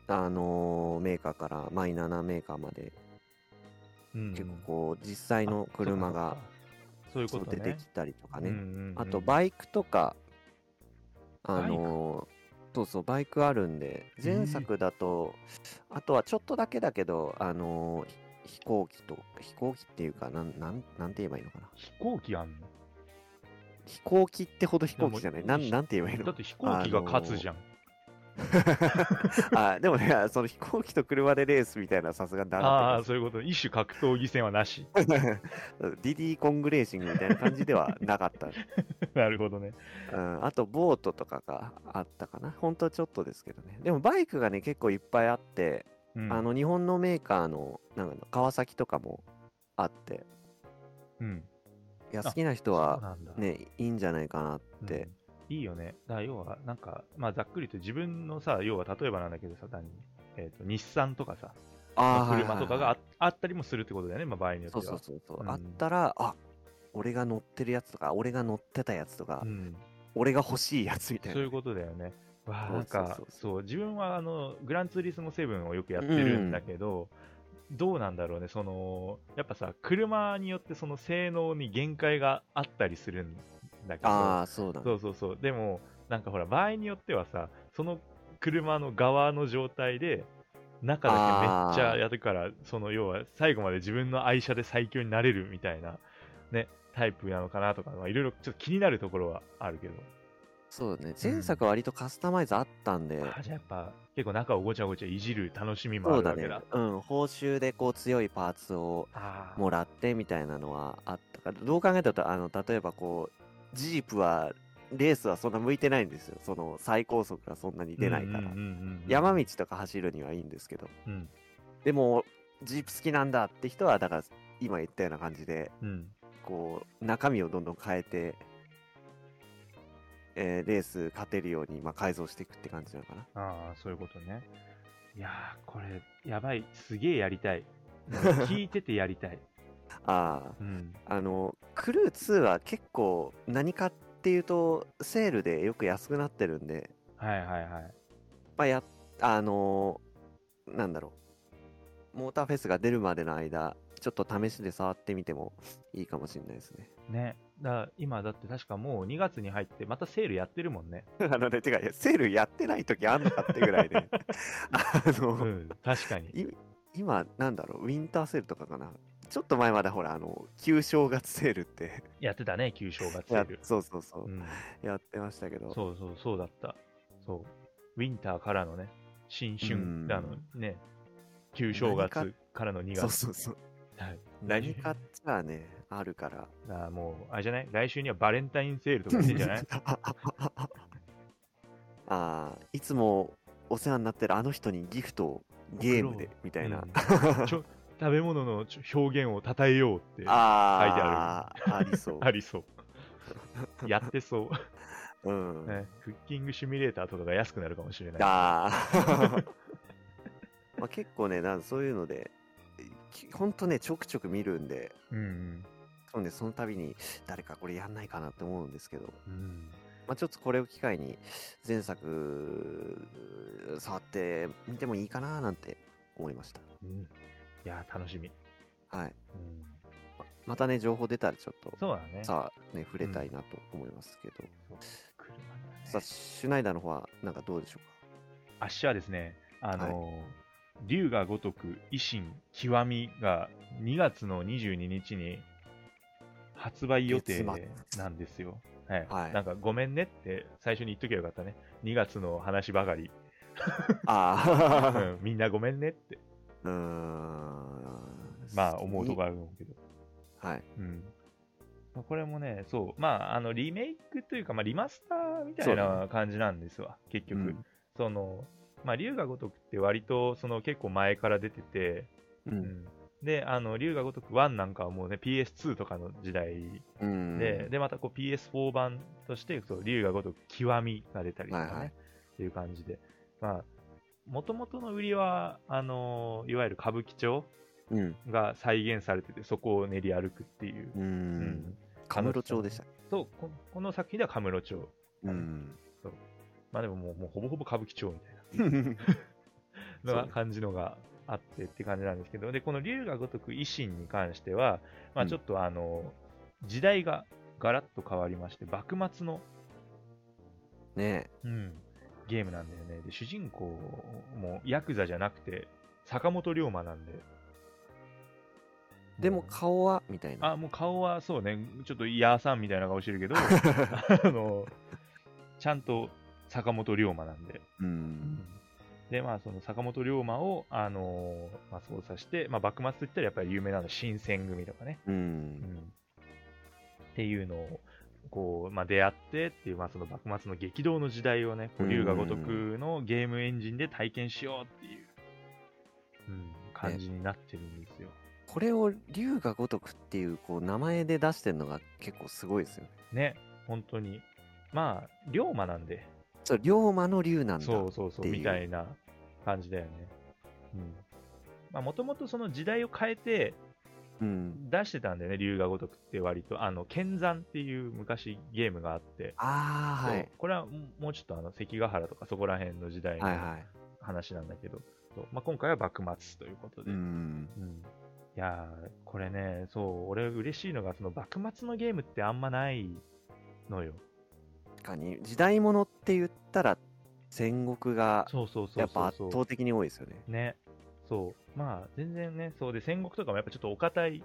S1: あのーメーカーからマイナーなメーカーまで
S2: うん。
S1: 結構こう実際の車が
S2: あ。そういうこ
S1: そう
S2: とね
S1: 出てきたりとかね、
S2: うんうんうん
S1: あとバイクとかあのそうそうバイクあるんで
S2: え
S1: 前作だと、あとはちょっとだけだけどあのひ飛行機と飛行機っていうかなんなんなんて言えばいいのかな
S2: 飛行機あんの
S1: 飛行機ってほど飛行機じゃない
S2: いや
S1: な
S2: もうん
S1: なんて言えばいい
S2: だ
S1: の
S2: って飛行機が勝つじゃん、
S1: あでもねその飛行機と車でレースみたいなのはさすがにだ
S2: あ
S1: な
S2: あーそういうこと一種格闘技戦はなし *laughs*
S1: ディ *laughs* ディコングレーシングみたいな感じではなかった
S2: なるほどね
S1: うん、あとボートとかがあったかな。本当はちょっとですけどね。でもバイクがね、結構いっぱいあって、
S2: うん
S1: あの日本のメーカーのなんか川崎とかもあって、
S2: うん
S1: いや
S2: あ
S1: 好きな人
S2: そう
S1: は
S2: なんだ
S1: ね、いいんじゃないかなっ
S2: うん
S1: て。
S2: いいよね。だから要は、なんか、まあ、ざっくりと自分のさ、要は例えばなんだけどさ、何えー、と日産とかさ、
S1: あー
S2: 車とかが
S1: は
S2: ああったりもするってことだよね、まあ、場合に
S1: いはい
S2: よっ
S1: はい
S2: て
S1: そう
S2: は。
S1: そうそうそ
S2: う
S1: う、
S2: ん
S1: あったら、あ俺が乗ってるやつとか、俺が乗ってたやつとか、
S2: うん、
S1: 俺が欲しいやつみたい
S2: そうい
S1: な。
S2: うことだよね。わあ
S1: そう
S2: なんか
S1: そうそうそ
S2: そう自分はあのグランツーリスモ7をよくやってるんだけど、どうなんだろうねそのやっぱさ車によってその性能に限界があったりするんだけど
S1: ああ、そうだ、ね。
S2: そうそうそう。でも、なんかほら、場合によってはさ、その車の側の状態で、中だけめっちゃやるから、その要は最後まで自分の愛車で最強になれるみたいな、ね、タイプなのかなとか、まあいろいろちょっと気になるところはあるけど。
S1: そうだね。前作は割とカスタマイズあったんで、
S2: あじゃあやっぱ、結構中をごちゃごちゃいじる楽しみもあ
S1: そう
S2: るわ
S1: だ
S2: け
S1: ね
S2: だ。。
S1: うん、報酬でこう強いパーツを
S2: ああ。
S1: もらってみたいなのはあったからどう考えたらあの例えばこうジープはレースはそんな向いてないんですよその最高速がそんなに出ないから、
S2: うんうんうんうん
S1: 山道とか走るにはいいんですけど
S2: うん。
S1: でもジープ好きなんだって人はだから今言ったような感じで
S2: うん。
S1: こう中身をどんどん変えて、えーレース勝てるように、まあ、改造していくって感じなのかな
S2: ああ、そういうことね。いやー、これ、やばい。すげえやりたい。聞いててやりた *laughs* い。
S1: ああ
S2: うん。
S1: あのクルー2は結構何かっていうとセールでよく安くなってるんで
S2: はいはいはい。
S1: まあ、や、あのーなんだろう。モーターフェスが出るまでの間、ちょっと試しで触ってみてもいいかもしれないですね。 *laughs*
S2: ね。だから今だって確かもう2月に入ってまたセールやってるもんね。
S1: あのね、てか、セールやってない時あんのかって
S2: *laughs*
S1: ぐらいで。あ
S2: う
S1: の、
S2: ん、確か *laughs* に。
S1: い今、なんだろう、ウィンターセールとかかな。ちょっと前までほら、あの、旧正月セールって
S2: やってたね、旧正月セ
S1: や
S2: ール。
S1: そうそうそう、
S2: うん、
S1: やってましたけど。
S2: そうそう、そうだった。そう。ウィンターからのね、新春、
S1: うん
S2: あのね、旧正月からの2
S1: そう
S2: 月。
S1: そうそう。
S2: はい、来
S1: 何
S2: 週
S1: かっちゃね、あるから。
S2: だからもう、あれじゃない来週にはバレンタインセールとかやってんじゃない
S1: *laughs* あーいつもお世話になってるあの人にギフトをゲームでみたいな、
S2: うんちょ食べ物のちょ表現を称えようってあ
S1: あーあ
S2: *laughs*
S1: りそう、
S2: りそう。やってそう。
S1: うん
S2: ね、クッキングシミュレーターとかが安くなるかもしれない。
S1: あー *laughs* まあ結構ねなんそういうのできほんとねちょくちょく見るんで
S2: うんうん
S1: そう、ね、その度に誰かこれやんないかなって思うんですけど、
S2: うん
S1: まあ、ちょっとこれを機会に前作触ってみてもいいかななんて思いまし
S2: うん、いやー、楽しみ、
S1: たはい
S2: うん。
S1: またね情報出たらちょっと
S2: そうだね。
S1: さあね触れたいなと思いますけど、
S2: 車にはね
S1: さあシュナイダーの方はなんかどうでしょ
S2: あっしはですね、あのー龍が如く維新極みが2月の22日に発売予定
S1: 月
S2: なんですよ。はい
S1: はい
S2: なんかごめんねって最初に言っときゃよかったね。2月の話ばかり、
S1: うか
S2: う
S1: ああ
S2: ん、みんなごめんねって、
S1: うーん
S2: まあ思うとこあると思うけど。
S1: はい
S2: うん。まあこれもね、そう、まあ、あの、リメイクというか、まあ、リマスターみたい
S1: そうだ
S2: な感じなんですわ、結局。
S1: うん
S2: その、まあ、龍が如くって割と、その、結構前から出てて、
S1: うん
S2: で、あの、龍が如く1なんかはもうね、PS2 とかの時代
S1: うん
S2: で、で、またこう PS4 版として、そう、龍が如く極みが出たりとかね、
S1: はいはい
S2: っていう感じで。まあ、もともとの売りは、あの、いわゆる歌舞伎町
S1: うん
S2: が再現されてて、そこを練り歩くっていう
S1: う
S2: うんん
S1: カムロ町でした
S2: そうこ、この作品ではカムロ町。
S1: うん
S2: まあでももうもうほぼほぼ歌舞伎町みたい
S1: *laughs* そう
S2: なな
S1: ね
S2: 感じのがあってって感じなんですけど、で、この龍が如く維新に関しては、まあ
S1: うん
S2: ちょっとあの、時代がガラッと変わりまして、幕末の、
S1: ねえ
S2: うん、ゲームなんだよね。で、主人公もヤクザじゃなくて、坂本龍馬なんで。
S1: でも
S2: うん
S1: 顔はみたいな
S2: あ、もう顔はそうね、ちょっとイヤーさんみたいな顔してるけど、あの、ちゃんと坂本龍馬なんで。
S1: うん
S2: で、まあ、その坂本龍馬を、あのーまあ、操作して、まあ、幕末といったらやっぱり有名なの新選組とかね、
S1: う
S2: うんん、っていうのを、こう、まあ、出会ってっていう、まあ、その幕末の激動の時代をね、こう
S1: うん
S2: 龍が如くのゲームエンジンで体験しようっていう、うん、感じになってるんですよ。
S1: これを龍が如くっていうこう名前で出してるのが結構すごいですよね
S2: ね、本当に。まあ、龍馬なんで、
S1: そう龍馬の龍なんだ
S2: そうそうそ
S1: って
S2: う、
S1: いう
S2: みたいな感じだよね。うん。まあ、もともとその時代を変えて、
S1: うん
S2: 出してたんだよね、龍が如くって割と、あの、剣山っていう昔ゲームがあって、
S1: ああは
S2: そう
S1: い
S2: これはもうもうちょっとあの関ヶ原とかそこら辺の時代の
S1: はいはい
S2: 話なんだけど、そうまあ、今回は幕末ということで。
S1: うん
S2: うんいやー、これね、そう、俺嬉しいのが、その幕末のゲームってあんまないのよ。
S1: 確かに時代物って言ったら戦国が
S2: そうそうそうそうそう。
S1: やっぱ圧倒的に多いですよね
S2: ね。そう。まあ、全然ね、そうで、戦国とかもやっぱちょっとお堅い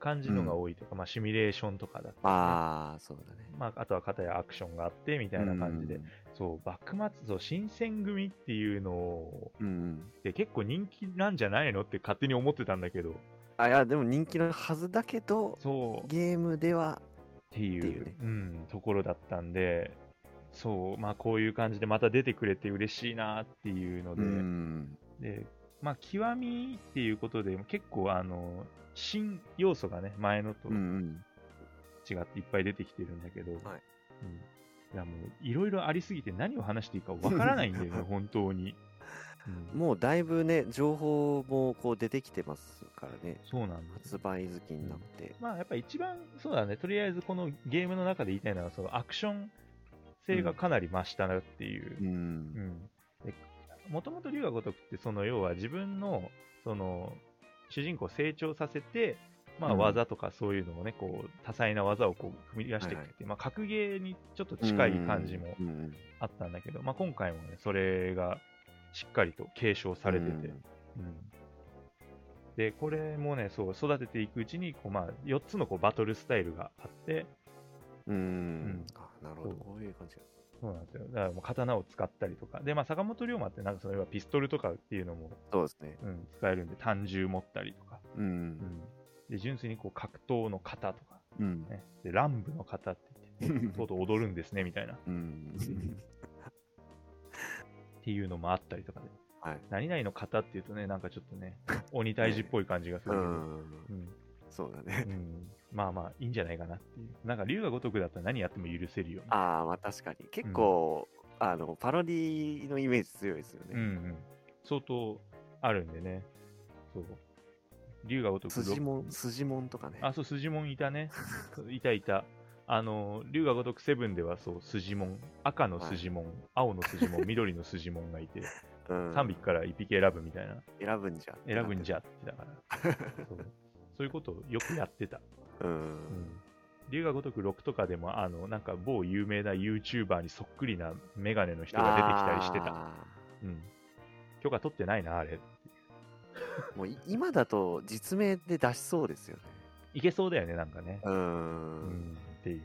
S2: 感じのが多いというか、まあ、シミュレーションとかだったりね
S1: ああそうだね
S2: まあ、あとは片やアクションがあって、みたいな感じで。そう、幕末像、新選組っていうのを、
S1: うんうん
S2: で結構人気なんじゃないのって勝手に思ってたんだけど、
S1: あいやでも人気のはずだけど
S2: そう、
S1: ゲームでは
S2: っていう
S1: っていうね
S2: うん、ところだったんで、そう、まあこういう感じでまた出てくれて嬉しいなっていうので、
S1: うん
S2: で、まあ極みっていうことで、結構あの、新要素がね、前のと
S1: うんうん
S2: 違っていっぱい出てきてるんだけど、
S1: はい
S2: うん、いやもういろいろありすぎて何を話していいかわからないんだよね、
S1: *laughs*
S2: 本当に。うん
S1: もうだいぶね情報もこう出てきてますからね
S2: そうなんです
S1: 発売好きになって、
S2: まあやっぱ一番そうだね、とりあえずこのゲームの中で言いたいのは、そのアクション性がかなり増したなっていう。
S1: ん
S2: うん。でもともと龍が如くって、その要は自分の、その、主人公を成長させて、まあ
S1: うん
S2: 技とかそういうのをね、こう、多彩な技をこう、組み出していくっていう、まあ格ゲーにちょっと近い感じも
S1: うんうん
S2: あったんだけど、まあ今回もね、それがしっかりと継承されてて、
S1: う
S2: う
S1: ん
S2: んで、これもね、そう、育てていくうちに、こう、まあ、4つのこうバトルスタイルがあって、
S1: うん
S2: ん
S1: あなるほど
S2: そう
S1: こういう感じ
S2: そうなんですよ。だからもう刀を使ったりとか。で、まあ、坂本龍馬って、なんかその、要はピストルとかっていうのも、
S1: そうですね
S2: うん、使えるんで、単銃持ったりとか。
S1: う
S2: うんん。で、純粋にこう、格闘の型とか、
S1: うん
S2: ね。で、乱舞の型って言って、とうとう踊るんですね、みたいな。っ
S1: *laughs* うん
S2: ていうのもあったりとかで。
S1: はい
S2: 何々の型っていうとね、なんかちょっとね、鬼退治っぽい感じがす
S1: う
S2: るけど。
S1: ん
S2: うん
S1: そうだね
S2: うん、 *laughs* まあまあいいんじゃないかなっていう。なんか龍が如くだったら何やっても許せるよね。
S1: ああまあ確かに結構、あのパロディのイメージ強いですよ
S2: うんう
S1: ね、
S2: ん。相当あるんでね。そう。龍が如く。
S1: 筋も筋もんとかね
S2: あ、そう、筋もんいたね。いたいた。あの、龍が如くセブンではそう、筋もん。赤の筋もん、青の筋もん、緑の筋もんがいて、
S1: *laughs* うん
S2: 3匹から1匹選ぶみたいな。
S1: 選ぶんじゃ
S2: 選ぶんじゃってだから。そうそういうことをよくやってた。
S1: う
S2: うんん龍が如く6とかでも、あの、なんか某有名な YouTuber にそっくりなメガネの人が出てきたりしてた。
S1: あ
S2: うん。許可取ってないな、あれ。
S1: ーもうい今だと実名で出しそうですよね
S2: いけそうだよね、なんかね。
S1: う
S2: うんん。っていう。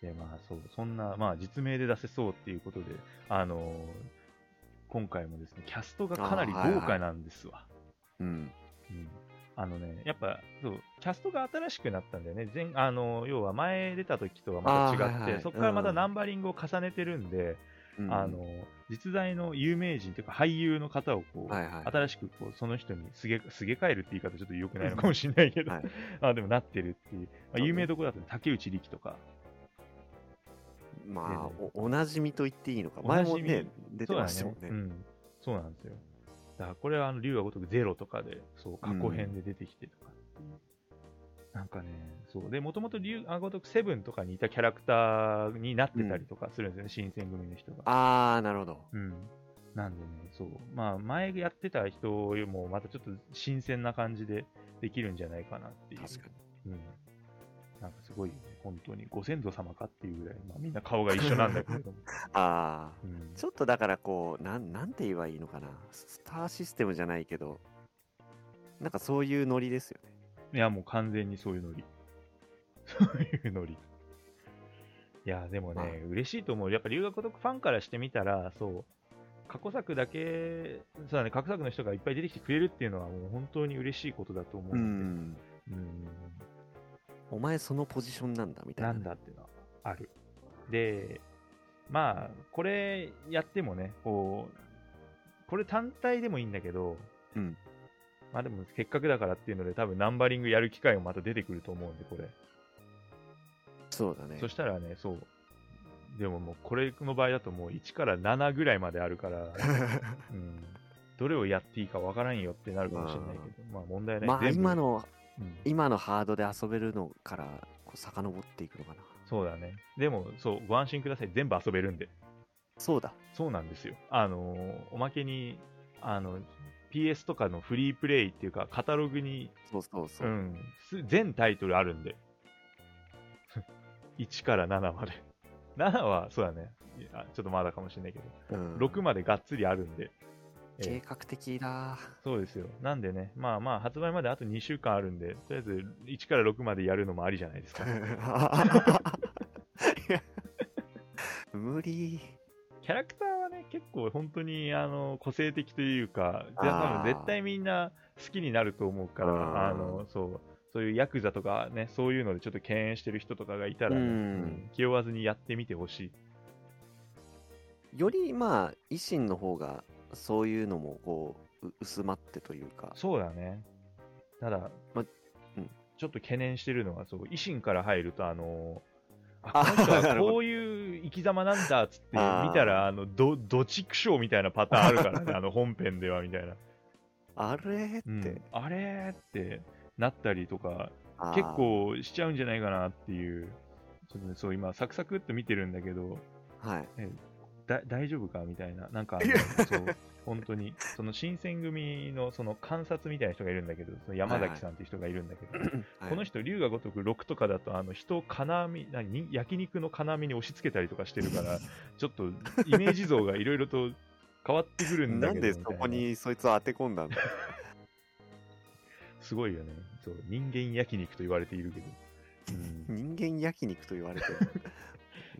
S2: で、まあそう、そんな、まあ実名で出せそうっていうことで、あのー今回もですね、キャストがかなり
S1: あーはいは
S2: 豪
S1: い
S2: 華なんですわ。
S1: うん
S2: うんあのね、やっぱそうキャストが新しくなったんだよね、前あの要は前出た時とはまた違
S1: あ
S2: って、
S1: ーはいはい
S2: そこからまた
S1: うん
S2: ナンバリングを重ねてるんで、
S1: うん
S2: あの実在の有名人というか俳優の方をこう、
S1: はいはい
S2: 新しくこうその人にすげすげ替えるって言い方ちょっと良くないのかもしれないけど、
S1: はい
S2: *laughs* あでもなってるっていう、
S1: う
S2: まあ、
S1: ね
S2: 有名どころだと竹内力とか、
S1: ま
S2: ね
S1: あおおなじみと言っていいのか
S2: おな
S1: 前
S2: じ
S1: も
S2: み
S1: ね出て
S2: そうだ
S1: ましたもんね
S2: うん、そうなんですよ。だからこれはあの竜が如くゼロとかで、そう、過去編で出てきてとかっていう、なんかね、そう。で、もともと竜が如くセブンとかにいたキャラクターになってたりとかするんですよね、新選組の人が。
S1: ああなるほど
S2: うん。なんでね、そう。まあ、前やってた人よりもまたちょっと新鮮な感じでできるんじゃないかなっていう。
S1: 確か
S2: うん、なんかすごいよね、本当にご先祖様かっていうぐらい、まあ、みんな顔が一緒なんだけれども。
S1: ああ
S2: うん
S1: ちょっとだからこうなんなんて言えばいいのかなスターシステムじゃないけどなんかそういうノリですよね
S2: いや、もう完全にそういうノリ。 *laughs* そういうノリ。いや、でもね、
S1: まあ
S2: 嬉しいと思う。やっぱ留学孤独ファンからしてみたら、そう、過去作だけ、そうだね、過去作の人がいっぱい出てきてくれるっていうのは、もう本当に嬉しいことだと思うので、うん
S1: お前そのポジションなんだみたいな
S2: なんだっていうのはある。で、まあ、これやってもね、こう、これ単体でもいいんだけど、
S1: うん
S2: まあでも、せっかくだからっていうので、多分ナンバリングやる機会もまた出てくると思うんで、これ。
S1: そうだね
S2: そしたらね、そう。でももう、これの場合だともう1から7ぐらいまである
S1: *laughs*
S2: から、うん、どれをやっていいかわからんよってなるかもしれないけど、まあ問題ない。
S1: まあ
S2: 全部
S1: 今、の
S2: うん
S1: 今のハードで遊べるのからこう遡っていくのかな
S2: そうだね。でも、そう、ご安心ください。全部遊べるんで。
S1: そうだ
S2: そうなんですよ。あのーおまけに、あの、PS とかのフリープレイっていうか、カタログに、
S1: そうそうそうう、
S2: ん、す全タイトルあるんで。1から7まで。7は、そうだね。いやちょっとまだかもしれないけど。
S1: うん
S2: 6までがっつりあるんで、え
S1: 計
S2: え
S1: 画的
S2: *laughs*
S1: だ
S2: そうですよ。なんでね、まあまあ、発売まであと2週間あるんで、とりあえず1から6までやるのもありじゃない *laughs* ですか。
S1: いや無理
S2: キャラクターはね、結構本当にあの個性的というか、じゃあ多
S1: あー
S2: 分絶対みんな好きになると思うか
S1: うん
S2: ら、あのそうそういうヤクザとかね、そういうのでちょっと敬遠してる人とかがいたらね、
S1: うん
S2: うん気負わずにやってみてほしい。
S1: よりまあ維新の方がそういうのもこうう薄まってというか
S2: そうだね。ただ、
S1: まうん
S2: ちょっと懸念してるのは、そう維新から入ると、あの
S1: あ
S2: あこの人
S1: な
S2: は
S1: るほど
S2: こういう生き様なんだっつって見
S1: あー
S2: たら、あのどどちくしょうみたいなパターンあるから
S1: *laughs*
S2: ね、あの本編ではみたいな。
S1: あれ
S2: うん
S1: って、
S2: あれーってなったりとか、
S1: あー
S2: 結構しちゃうんじゃないかなっていう、ちょっとね、そう今、サクサクっと見てるんだけど、 *clears throat*
S1: はい
S2: だ大丈夫かみたいな、なんかあ
S1: い
S2: の、そう本当に、その新選組のその観察みたいな人がいるんだけど、その山崎さんっていう人がいるんだけど、この
S1: 人
S2: 人、龍が如く6とかだと、あの人を金網何焼肉の金網に押し付けたりとかしてるから、ちょっとイメージ像がいろいろと変わってくるんだ
S1: な
S2: け
S1: ん
S2: ど
S1: でそ
S2: みたい
S1: こにそいつを当て込んだんだ
S2: すごいよね。そう、人間焼肉と言われているけど。
S1: 人間焼肉と言われてる
S2: *laughs*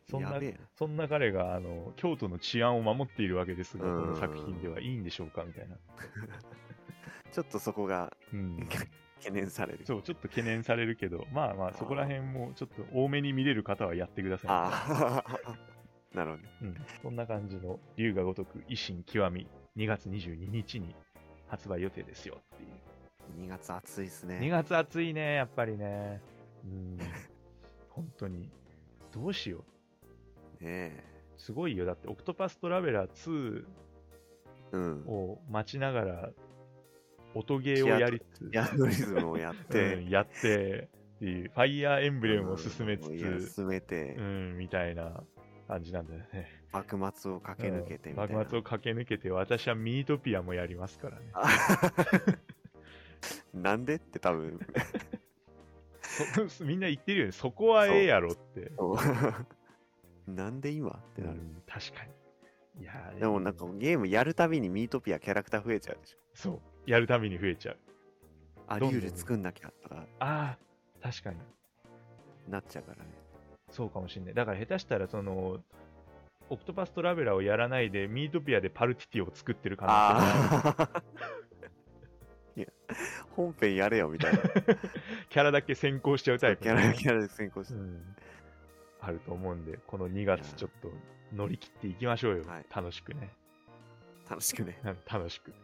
S2: そんな
S1: やべえ
S2: そんな彼が、あの、京都の治安を守っているわけですが、こ
S1: うん
S2: の作品ではいいんでしょうかみたいな。
S1: ちょっとそこが
S2: うん。
S1: 懸念される
S2: そう、ちょっと懸念されるけど、まあまあ、そこら辺もちょっと多めに見れる方はやってくださ
S1: ああ *laughs* なるほどね
S2: い。うん。そんな感じの、龍が如く維新極み、2月22日に発売予定ですよっていう。
S1: 2月暑いですね
S2: 2月暑いね、やっぱりね。うん。本当に。どうしよう。
S1: ね
S2: すごいよ。だって、オクトパストラベラー2、
S1: えうん
S2: を待ちながら、音ゲーをやりつつ、
S1: ヤドリズムをやっ
S2: う
S1: て、
S2: んやってっていう、ファイアーエンブレムを進めつ
S1: うんいや
S2: つ、
S1: 進めて
S2: うん、、みたいな感じなんだよね。
S1: 幕末を駆け抜けてみたいな、
S2: 幕末を駆け抜けて、私はミートピアもやりますからね。
S1: なんでって多分 *laughs*
S2: そ *laughs* みんな言ってるよね、そこはええやろって。
S1: なんで今ってなる、
S2: うん確かに。いやー
S1: でもなんかゲームやるたびにミートピアキャラクター増えちゃうでしょ
S2: そう、やるたびに増えちゃう。
S1: アリ
S2: どんどん
S1: ュール作んなきゃとか
S2: ああ、確かに。
S1: なっちゃうからね
S2: そうかもしれない。だから下手したら、その、オクトパストラベラーをやらないで、ミートピアでパルティティを作ってる可能性もある
S1: ああ *laughs* いや本編やれよみたいな
S2: キャラだけ先行しちゃうタイプ
S1: キャラキャラで先行して、
S2: うんあると思うんで、この2月ちょっと乗り切っていきましょうよ。
S1: はい
S2: 楽しくね。
S1: 楽しくね
S2: うん *laughs* 楽しく。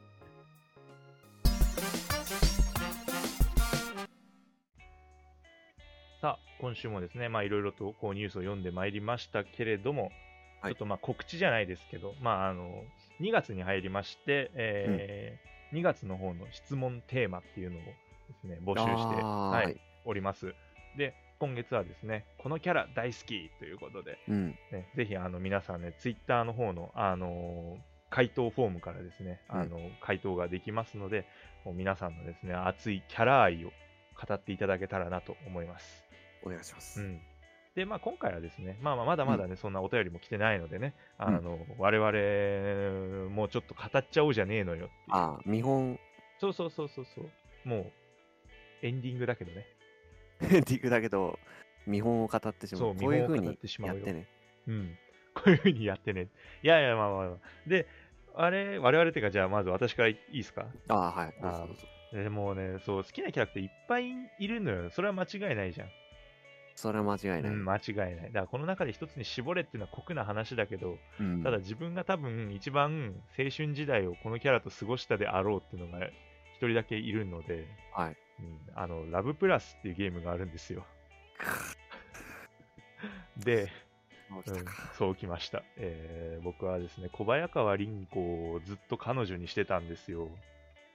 S2: さあ、今週もですね、まあいろいろとこうニュースを読んでまいりましたけれども、
S1: はい
S2: ちょっとまあ告知じゃないですけど、まああの、2月に入りまして、え2月の方の質問テーマっていうのをですね、募集して、
S1: あー
S2: はい、おります。で、今月はですね、このキャラ大好きということで、
S1: うん
S2: ね、ぜひあの皆さんね、ツイッターの方の、あのー回答フォームからですね、
S1: うん
S2: あの回答ができますので、もう皆さんのですね、熱いキャラ愛を語っていただけたらなと思います。
S1: お願いします。
S2: うんでまあ、今回はですね、まあ、まあまだまだね、そんなお便りも来てないのでね、あの我々もうちょっと語っちゃおうじゃねえのよっていう
S1: ああ、見本、
S2: そうそうそうそうそう、もうエンディングだけどね、
S1: ディグだけど、見本を語ってしまう。
S2: そう
S1: こういうふう
S2: 見本を
S1: に
S2: 語ってしま
S1: や
S2: う
S1: っ
S2: よ
S1: てね。
S2: うん、 *laughs* こういうふうにやってね、いやいや、まあまあまあ、で、あれ、我々っていうか、じゃあまず私からいいですか、
S1: ああ、はい。
S2: ああ
S1: そうそうそう
S2: でもうね、そう、好きなキャラクターいっぱいいるのよ、それは間違いないじゃん。
S1: それは間違いない。
S2: うん、間違いない。だからこの中で一つに絞れっていうのは酷な話だけど、
S1: うん
S2: ただ自分が多分一番青春時代をこのキャラと過ごしたであろうっていうのが一人だけいるので、
S1: はい
S2: うんあの、ラブプラスっていうゲームがあるんです
S1: *laughs*
S2: よ。で、
S1: そう
S2: う
S1: き
S2: ん
S1: たか
S2: そうきました、えー僕はですね、小早川凛子をずっと彼女にしてたんですよ。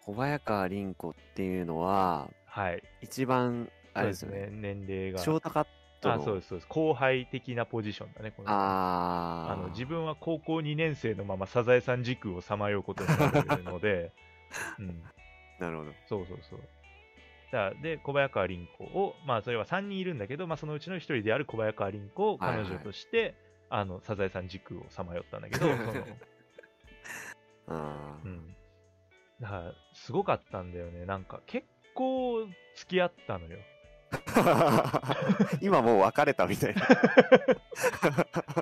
S1: 小早川凛子っていうのは、
S2: はい。
S1: 一番、あれですよ
S2: そう
S1: ね。
S2: 年齢が。
S1: ショートカットの。
S2: あそうです、そうです。後輩的なポジションだね、この人
S1: あー
S2: あの自分は高校2年生のままサザエさん時空をさまようことになるの
S1: *laughs*
S2: で、うん、
S1: なるほど。
S2: そうそうそう。だで、小早川凛子を、まあ、それは3人いるんだけど、まあ、そのうちの1人である小早川凛子を
S1: はい
S2: 彼
S1: はい
S2: 女として、あのサザエさん時空をさまよったんだ
S1: *laughs*
S2: けど、その
S1: あ
S2: う
S1: ー
S2: ん、だからすごかったんだよね、なんか結構付き合ったのよ。 *laughs*
S1: 今もう別れたみたいな。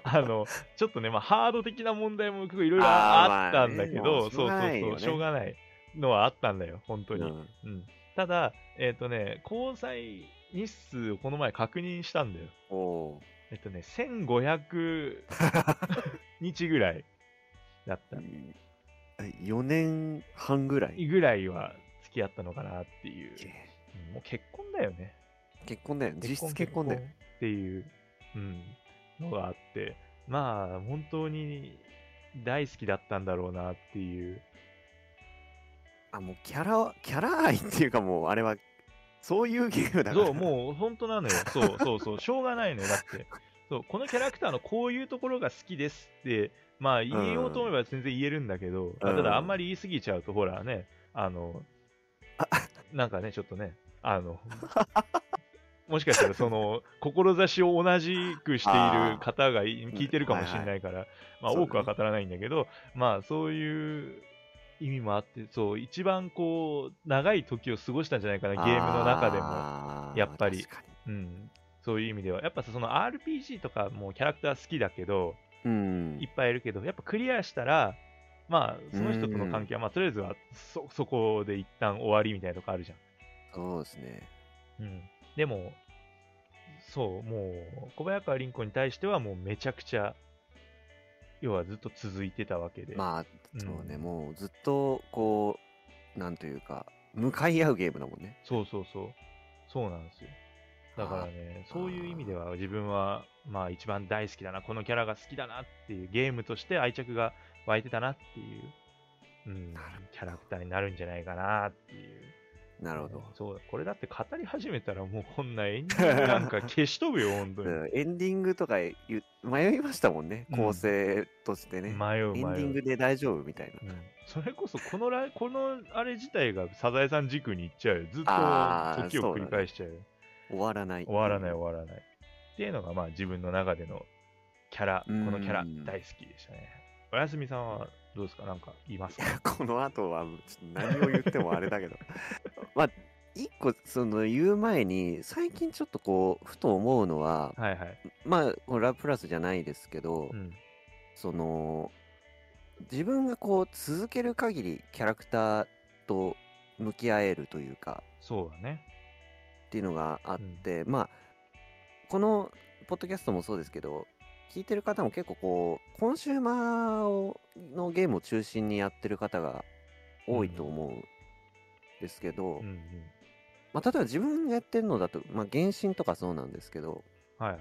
S2: あの、ちょっとね、まあ、ハード的な問題もいろいろあ
S1: あー
S2: ったんだけ
S1: まあねも
S2: ど、
S1: うし
S2: そ
S1: ょ
S2: う
S1: う
S2: そ
S1: が
S2: う
S1: ないよ
S2: そ
S1: ね
S2: う、しょうがないのはあったんだよ、本当に。
S1: うん
S2: うん、ただ、えっ、とね、交際日数をこの前確認したんだよ。
S1: おお
S2: えっとね、1500
S1: *laughs*
S2: 日ぐらいだった
S1: ー。。4年半ぐらい。
S2: ぐらいは付き合ったのかなっていう。うんもう結婚だよね。
S1: 結婚だよね。実質結婚だよ。
S2: っていう、うん、のがあって、まあ、本当に大好きだったんだろうなっていう。
S1: あ、もうキャラ、キャラ愛っていうかもう、あれは、そういうゲームだから。
S2: そう、もう本当
S1: *laughs*
S2: なのよ。そうそうそう、しょうがないのよ。だって、そうこのキャラクターのこういうところが好きですって、まあ、言いようと思えば全然言えるんだけど、まあただ、あんまり言い過ぎちゃうと、ほらね、あの、なんかね、ちょっとね、あの、 *laughs* もしかしたら、その、志を同じくしている方がい聞いてるかもしれないから、まあ、
S1: そう
S2: 多くは語らないんだけど、まあ、そういう意味もあって、そう、一番こう、長い時を過ごしたんじゃないかな、ゲームの中でも。
S1: も
S2: やっぱり
S1: 確かに
S2: うん、そういう意味では、やっぱさその RPG とかもキャラクター好きだけど、
S1: うん
S2: いっ。ぱいいるけど、やっぱクリアしたら、まあ、その人との関係は、まあ、とりあえずはそそこで一旦終わりみたいなとこあるじ
S1: そうですね。
S2: ゃん。うん、でも、そう、もう、小早川凛子に対しては、もうめちゃくちゃ、要はずっと続いてたわけで。
S1: まあ、
S2: うん
S1: そうね、もうずっと、こう、なんというか、向かい合うゲームだもんね。
S2: そうそうそう。そうなんですよ。だからね、そういう意味では自分は、まあ一番大好きだな、このキャラが好きだなっていうゲームとして愛着が湧いてたなっていう、うん
S1: なるほど、
S2: キャラクターになるんじゃないかなっていう。
S1: なるほど。
S2: そう、これだって語り始めたらもうこんなエンディングなんか消し飛ぶよ、本
S1: *laughs*
S2: 当に。
S1: うんエンディングとか言う迷いましたもんね、
S2: うん
S1: 構成としてね。
S2: 迷う
S1: エンデ
S2: 迷
S1: ィン
S2: う。
S1: グで大丈夫みたいな。
S2: うんそれこそこのラ、このあれ自体がサザエさん軸に行っちゃうよ。ずっと
S1: あー
S2: 時を繰り返しちゃうよ。
S1: 終わらない。
S2: 終わらない終わらない。っていうのがまあ自分の中でのキャラ、こ
S1: うん
S2: のキャラ大好きでしたね。おやすみさんはどうですかなんか言いますか
S1: *laughs* この後は、ちょっと何を言ってもあれだけど。 *laughs* まあ、一個、その、言う前に、最近ちょっとこう、ふと思うのは、
S2: はいはい。
S1: まあ、このラプラスじゃないですけど
S2: う、ん。
S1: その、自分がこう、続ける限り、キャラクターと向き合えるというか、
S2: そうだね。
S1: っていうのがあって、まあこのポッドキャストもそうですけど聞いてる方も結構こうコンシューマーをのゲームを中心にやってる方が多いと思うんですけど、
S2: うんうん。
S1: まあ、例えば自分がやってるのだと、まあ、原神とかそうなんですけど
S2: はいはい。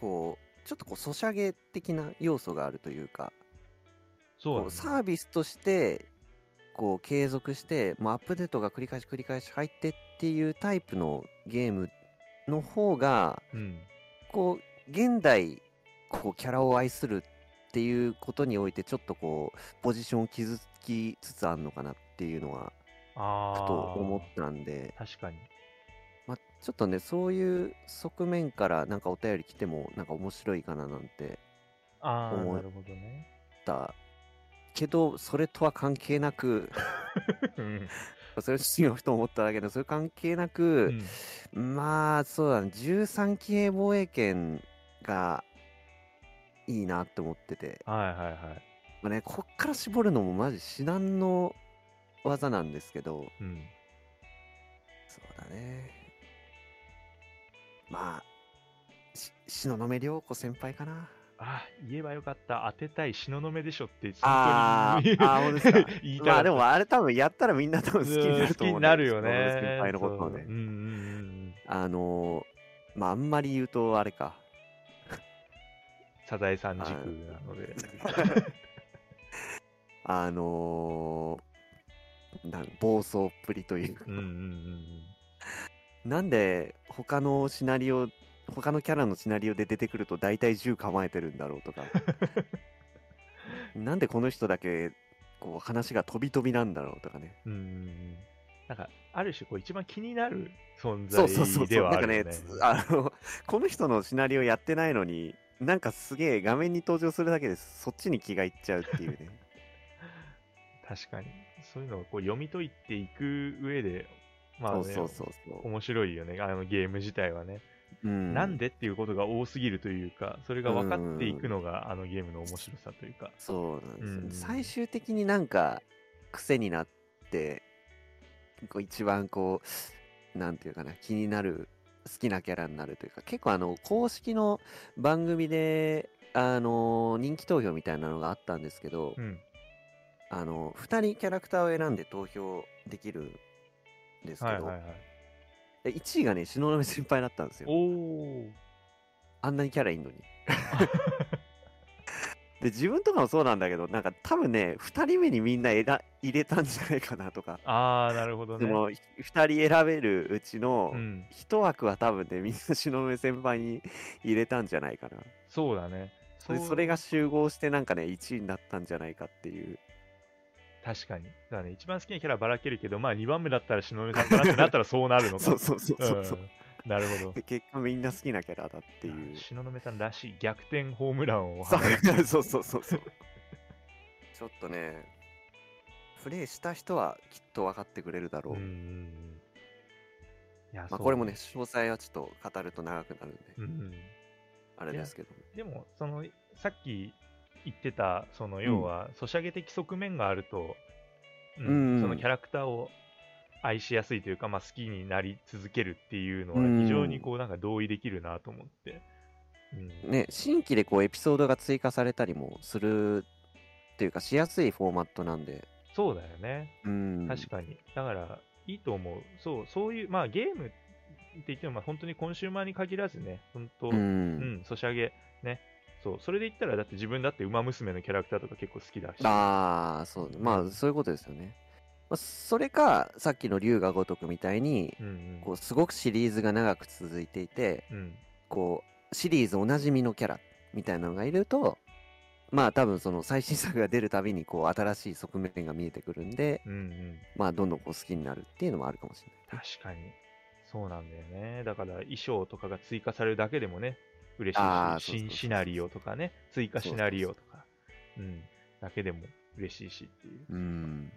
S1: こうちょっとこうソシャゲ的な要素があるというか
S2: そう
S1: こ
S2: だ
S1: うサー
S2: ね。
S1: ビスとしてこう継続してもうアップデートが繰り返し繰り返し入ってっていうタイプのゲームの方が
S2: うん。
S1: こう現代こうキャラを愛するっていうことにおいてちょっとこうポジションを築きつつあるのかなっていうのは
S2: あ
S1: ふ
S2: あ。
S1: と思ったんで
S2: 確かに。
S1: まあ、ちょっとねそういう側面からなんかお便り来てもなんか面白いかななんて
S2: ああ、
S1: 思う
S2: なるほどね。 *laughs*
S1: たけどそれとは関係なく *laughs*
S2: うん
S1: それ自身の人も思っただけどそれ関係な
S2: う
S1: く、
S2: ん
S1: まあそうだね13期兵防衛権がいいなって思ってて、
S2: はいはいはい。
S1: まあね、こっから絞るのもマジ至難の技なんですけど
S2: うん。
S1: そうだねまあし東雲涼子先輩かな
S2: あ、言えばよかった。当てたい東雲でしょって、
S1: あ
S2: *laughs*
S1: ーあー本当ですか
S2: 言いたか
S1: ま
S2: った
S1: あでもあれ多分やったらみんな多分好きになると思う
S2: うん好きに
S1: ん
S2: な
S1: だ
S2: る
S1: けど、
S2: よね。
S1: 先輩のことを
S2: そ
S1: ね
S2: ううんうんうん。
S1: あのーまああんまり言うとあれか
S2: サザエさん軸なの
S1: *laughs*
S2: で。
S1: あのーなん暴走っぷりというか
S2: うんうんうん
S1: なんで他のシナリオ他のキャラのシナリオで出てくると大体銃構えてるんだろう
S2: *laughs*
S1: とかなんでこの人だけこう話が飛び飛びなんだろうとかね
S2: うん。うんうんうんなんか、ある種、こう、一番気になる存
S1: そうそうそ
S2: 在
S1: うそ
S2: で
S1: う
S2: は
S1: な
S2: あ
S1: んか
S2: る
S1: ね
S2: よね。
S1: つあのこの人のシナリオやってないのになんかすげえ画面に登場するだけでそっちに気がいっちゃうっていうね
S2: 確かに。そういうのをこう読み解いていく上で、ま *laughs* あ、ね、
S1: そうそうそうそ
S2: 面白いよね。あのゲーム自体はね。
S1: う、うん、
S2: なんでっていうことが多すぎるというか、それが分かっていくのが、あのゲームの面白さというか。
S1: そうなんですよね、
S2: うん
S1: 最終的になんか癖になってこう一番こうなんていうかな気になる好きなキャラになるというか結構あの公式の番組であの人気投票みたいなのがあったんですけど、
S2: うん。
S1: あの2人キャラクターを選んで投票できるんですけ
S2: はい
S1: ど、
S2: はいはい。
S1: で1位がね東雲先輩だったんですよ
S2: おー。
S1: あんなにキャラいんの *laughs* にで自分とかもそうなんだけどなんか多分ね2人目にみんなえら入れたんじゃないかなとか、
S2: あー、なるほど
S1: そ
S2: ね。
S1: の2人選べるうちの
S2: うん。
S1: 1枠は多分ねみんな東雲先輩に入れたんじゃないかな
S2: そうだね。
S1: で
S2: う
S1: それが集合してなんかね1位になったんじゃないかっていう
S2: 確かに。だからね、一番好きなキャラばらけるけど、まあ2番目だったらしのぶさんかなってなったらそうなるのか。
S1: *laughs* そうそうそうそうそう、
S2: うんなるほど。
S1: で結果みんな好きなキャラだっていう
S2: しのぶさんらしい逆転ホームランを
S1: そ
S2: 放つ。
S1: うそうそうそうそう。 *laughs* ちょっとね、プレイした人はきっと分かってくれるだろう。
S2: うんうんうんいや、
S1: ま
S2: そ
S1: あ、
S2: う
S1: これもね、。詳細はちょっと語ると長くなるんで、
S2: うんうん
S1: あれですけど。
S2: でも、その、さっき言ってた、その、要は、ソシャゲ的側面があると、うん
S1: うんうん
S2: そのキャラクターを愛しやすいというか、まあ、好きになり続けるっていうのは、非常にこう、なんか同意できるなと思って。うん
S1: ね、新規でこうエピソードが追加されたりもするっていうか、しやすいフォーマットなんで。
S2: そうだよね。
S1: うん。
S2: 確かに。だから、いいと思う。そう、そういう、まあゲームって言っても、まあ本当にコンシューマーに限らずね、本当、
S1: う
S2: うん、
S1: ん。
S2: ソシャゲ、ね。そう、それで言ったら、だって自分だって馬娘のキャラクターとか結構好きだし。
S1: ああ、そう、まあ、そういうことですよね。まあ、それか、さっきの龍が如くみたいに、
S2: うんうん。
S1: こう、すごくシリーズが長く続いていて、
S2: うん。
S1: こうシリーズおなじみのキャラみたいなのがいるとまあ多分その最新作が出るたびにこう新しい側面が見えてくるんで
S2: うんうん。
S1: まあどんどんこう好きになるっていうのもあるかもしれない。
S2: 確かに。そうなんだよね。だから、衣装とかが追加されるだけでもね、嬉し
S1: あ
S2: い
S1: ーそうそう
S2: し、
S1: そう
S2: 新シナリオとかね、追加シナリオとか、うん、だけでも嬉しいしっていう。
S1: うん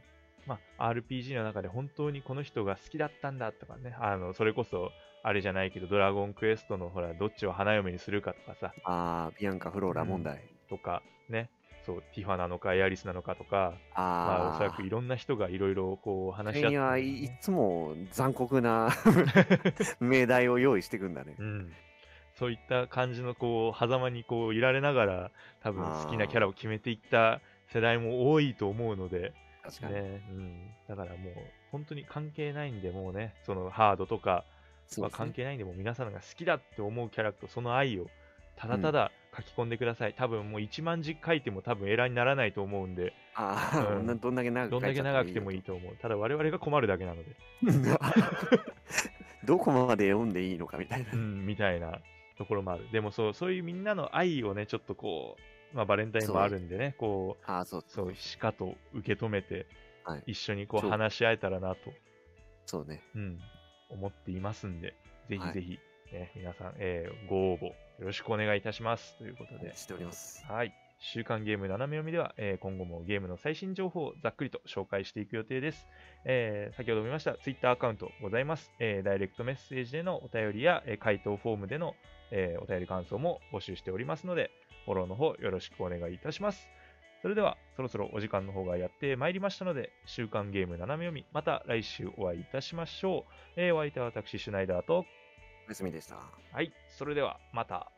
S2: まあ、RPG の中で本当にこの人が好きだったんだとかね、あの、それこそ、あれじゃないけど、ドラゴンクエストのほら、どっちを花嫁にするかとかさ、
S1: ああビアンカ・フローラ問題。
S2: とか、ね、そう、ティファなのか、エアリスなのかとか、まあ、お
S1: あ
S2: そら
S1: あ
S2: くいろんな人がいろいろこう話し合ってる
S1: 君
S2: んだ
S1: はい
S2: よ
S1: い
S2: ね、
S1: つも残酷な *laughs* 命題を用意してくんだね
S2: う。ん。そういった感じの、こう、狭間にこう、いられながら、多分好きなキャラを決めていった世代も多いと思うので、
S1: 確かに。
S2: ね、うん。だからもう、本当に関係ないんで、もうね、その、ハードとか、
S1: そう
S2: は
S1: ですね
S2: 関係ないんで、もう皆さんが好きだって思うキャラクター、その愛をただただ書き込んでください。多分もう1万字書いても多分エラーにならないと思うんで、
S1: ああ、
S2: うん
S1: などんだけ長く
S2: どんだけ長くてもいい
S1: い
S2: と思う。ただ我々が困るだけなので、
S1: と。 *laughs* どこまで読んでいいのかみたいな。
S2: うん、みたいなところもある。でもそう、そういうみんなの愛をね、ちょっとこう、まあバレンタインもあるんでね、こう、
S1: ああそう
S2: そう、しかと受け止めて
S1: はい、
S2: 一緒にこ
S1: そうう
S2: 話し合えたらなと。
S1: そうね。
S2: うん。思っていますんで、ぜひぜひ、ね、皆さん、えーご応募よろしくお願いいたします。ということで、
S1: しております。
S2: はい。週刊ゲーム斜め読みでは、えー今後もゲームの最新情報をざっくりと紹介していく予定です。えー先ほども言いました、Twitter アカウントございます。えーダイレクトメッセージでのお便りや、えー回答フォームでの、えーお便り感想も募集しておりますので、フォローの方よろしくお願いいたします。それでは、そろそろお時間の方がやってまいりましたので、週刊ゲーム斜め読み、また来週お会いいたしましょう。えーお相手は私、シュナイダーと、
S1: おやすみでした。
S2: はい、それではまた。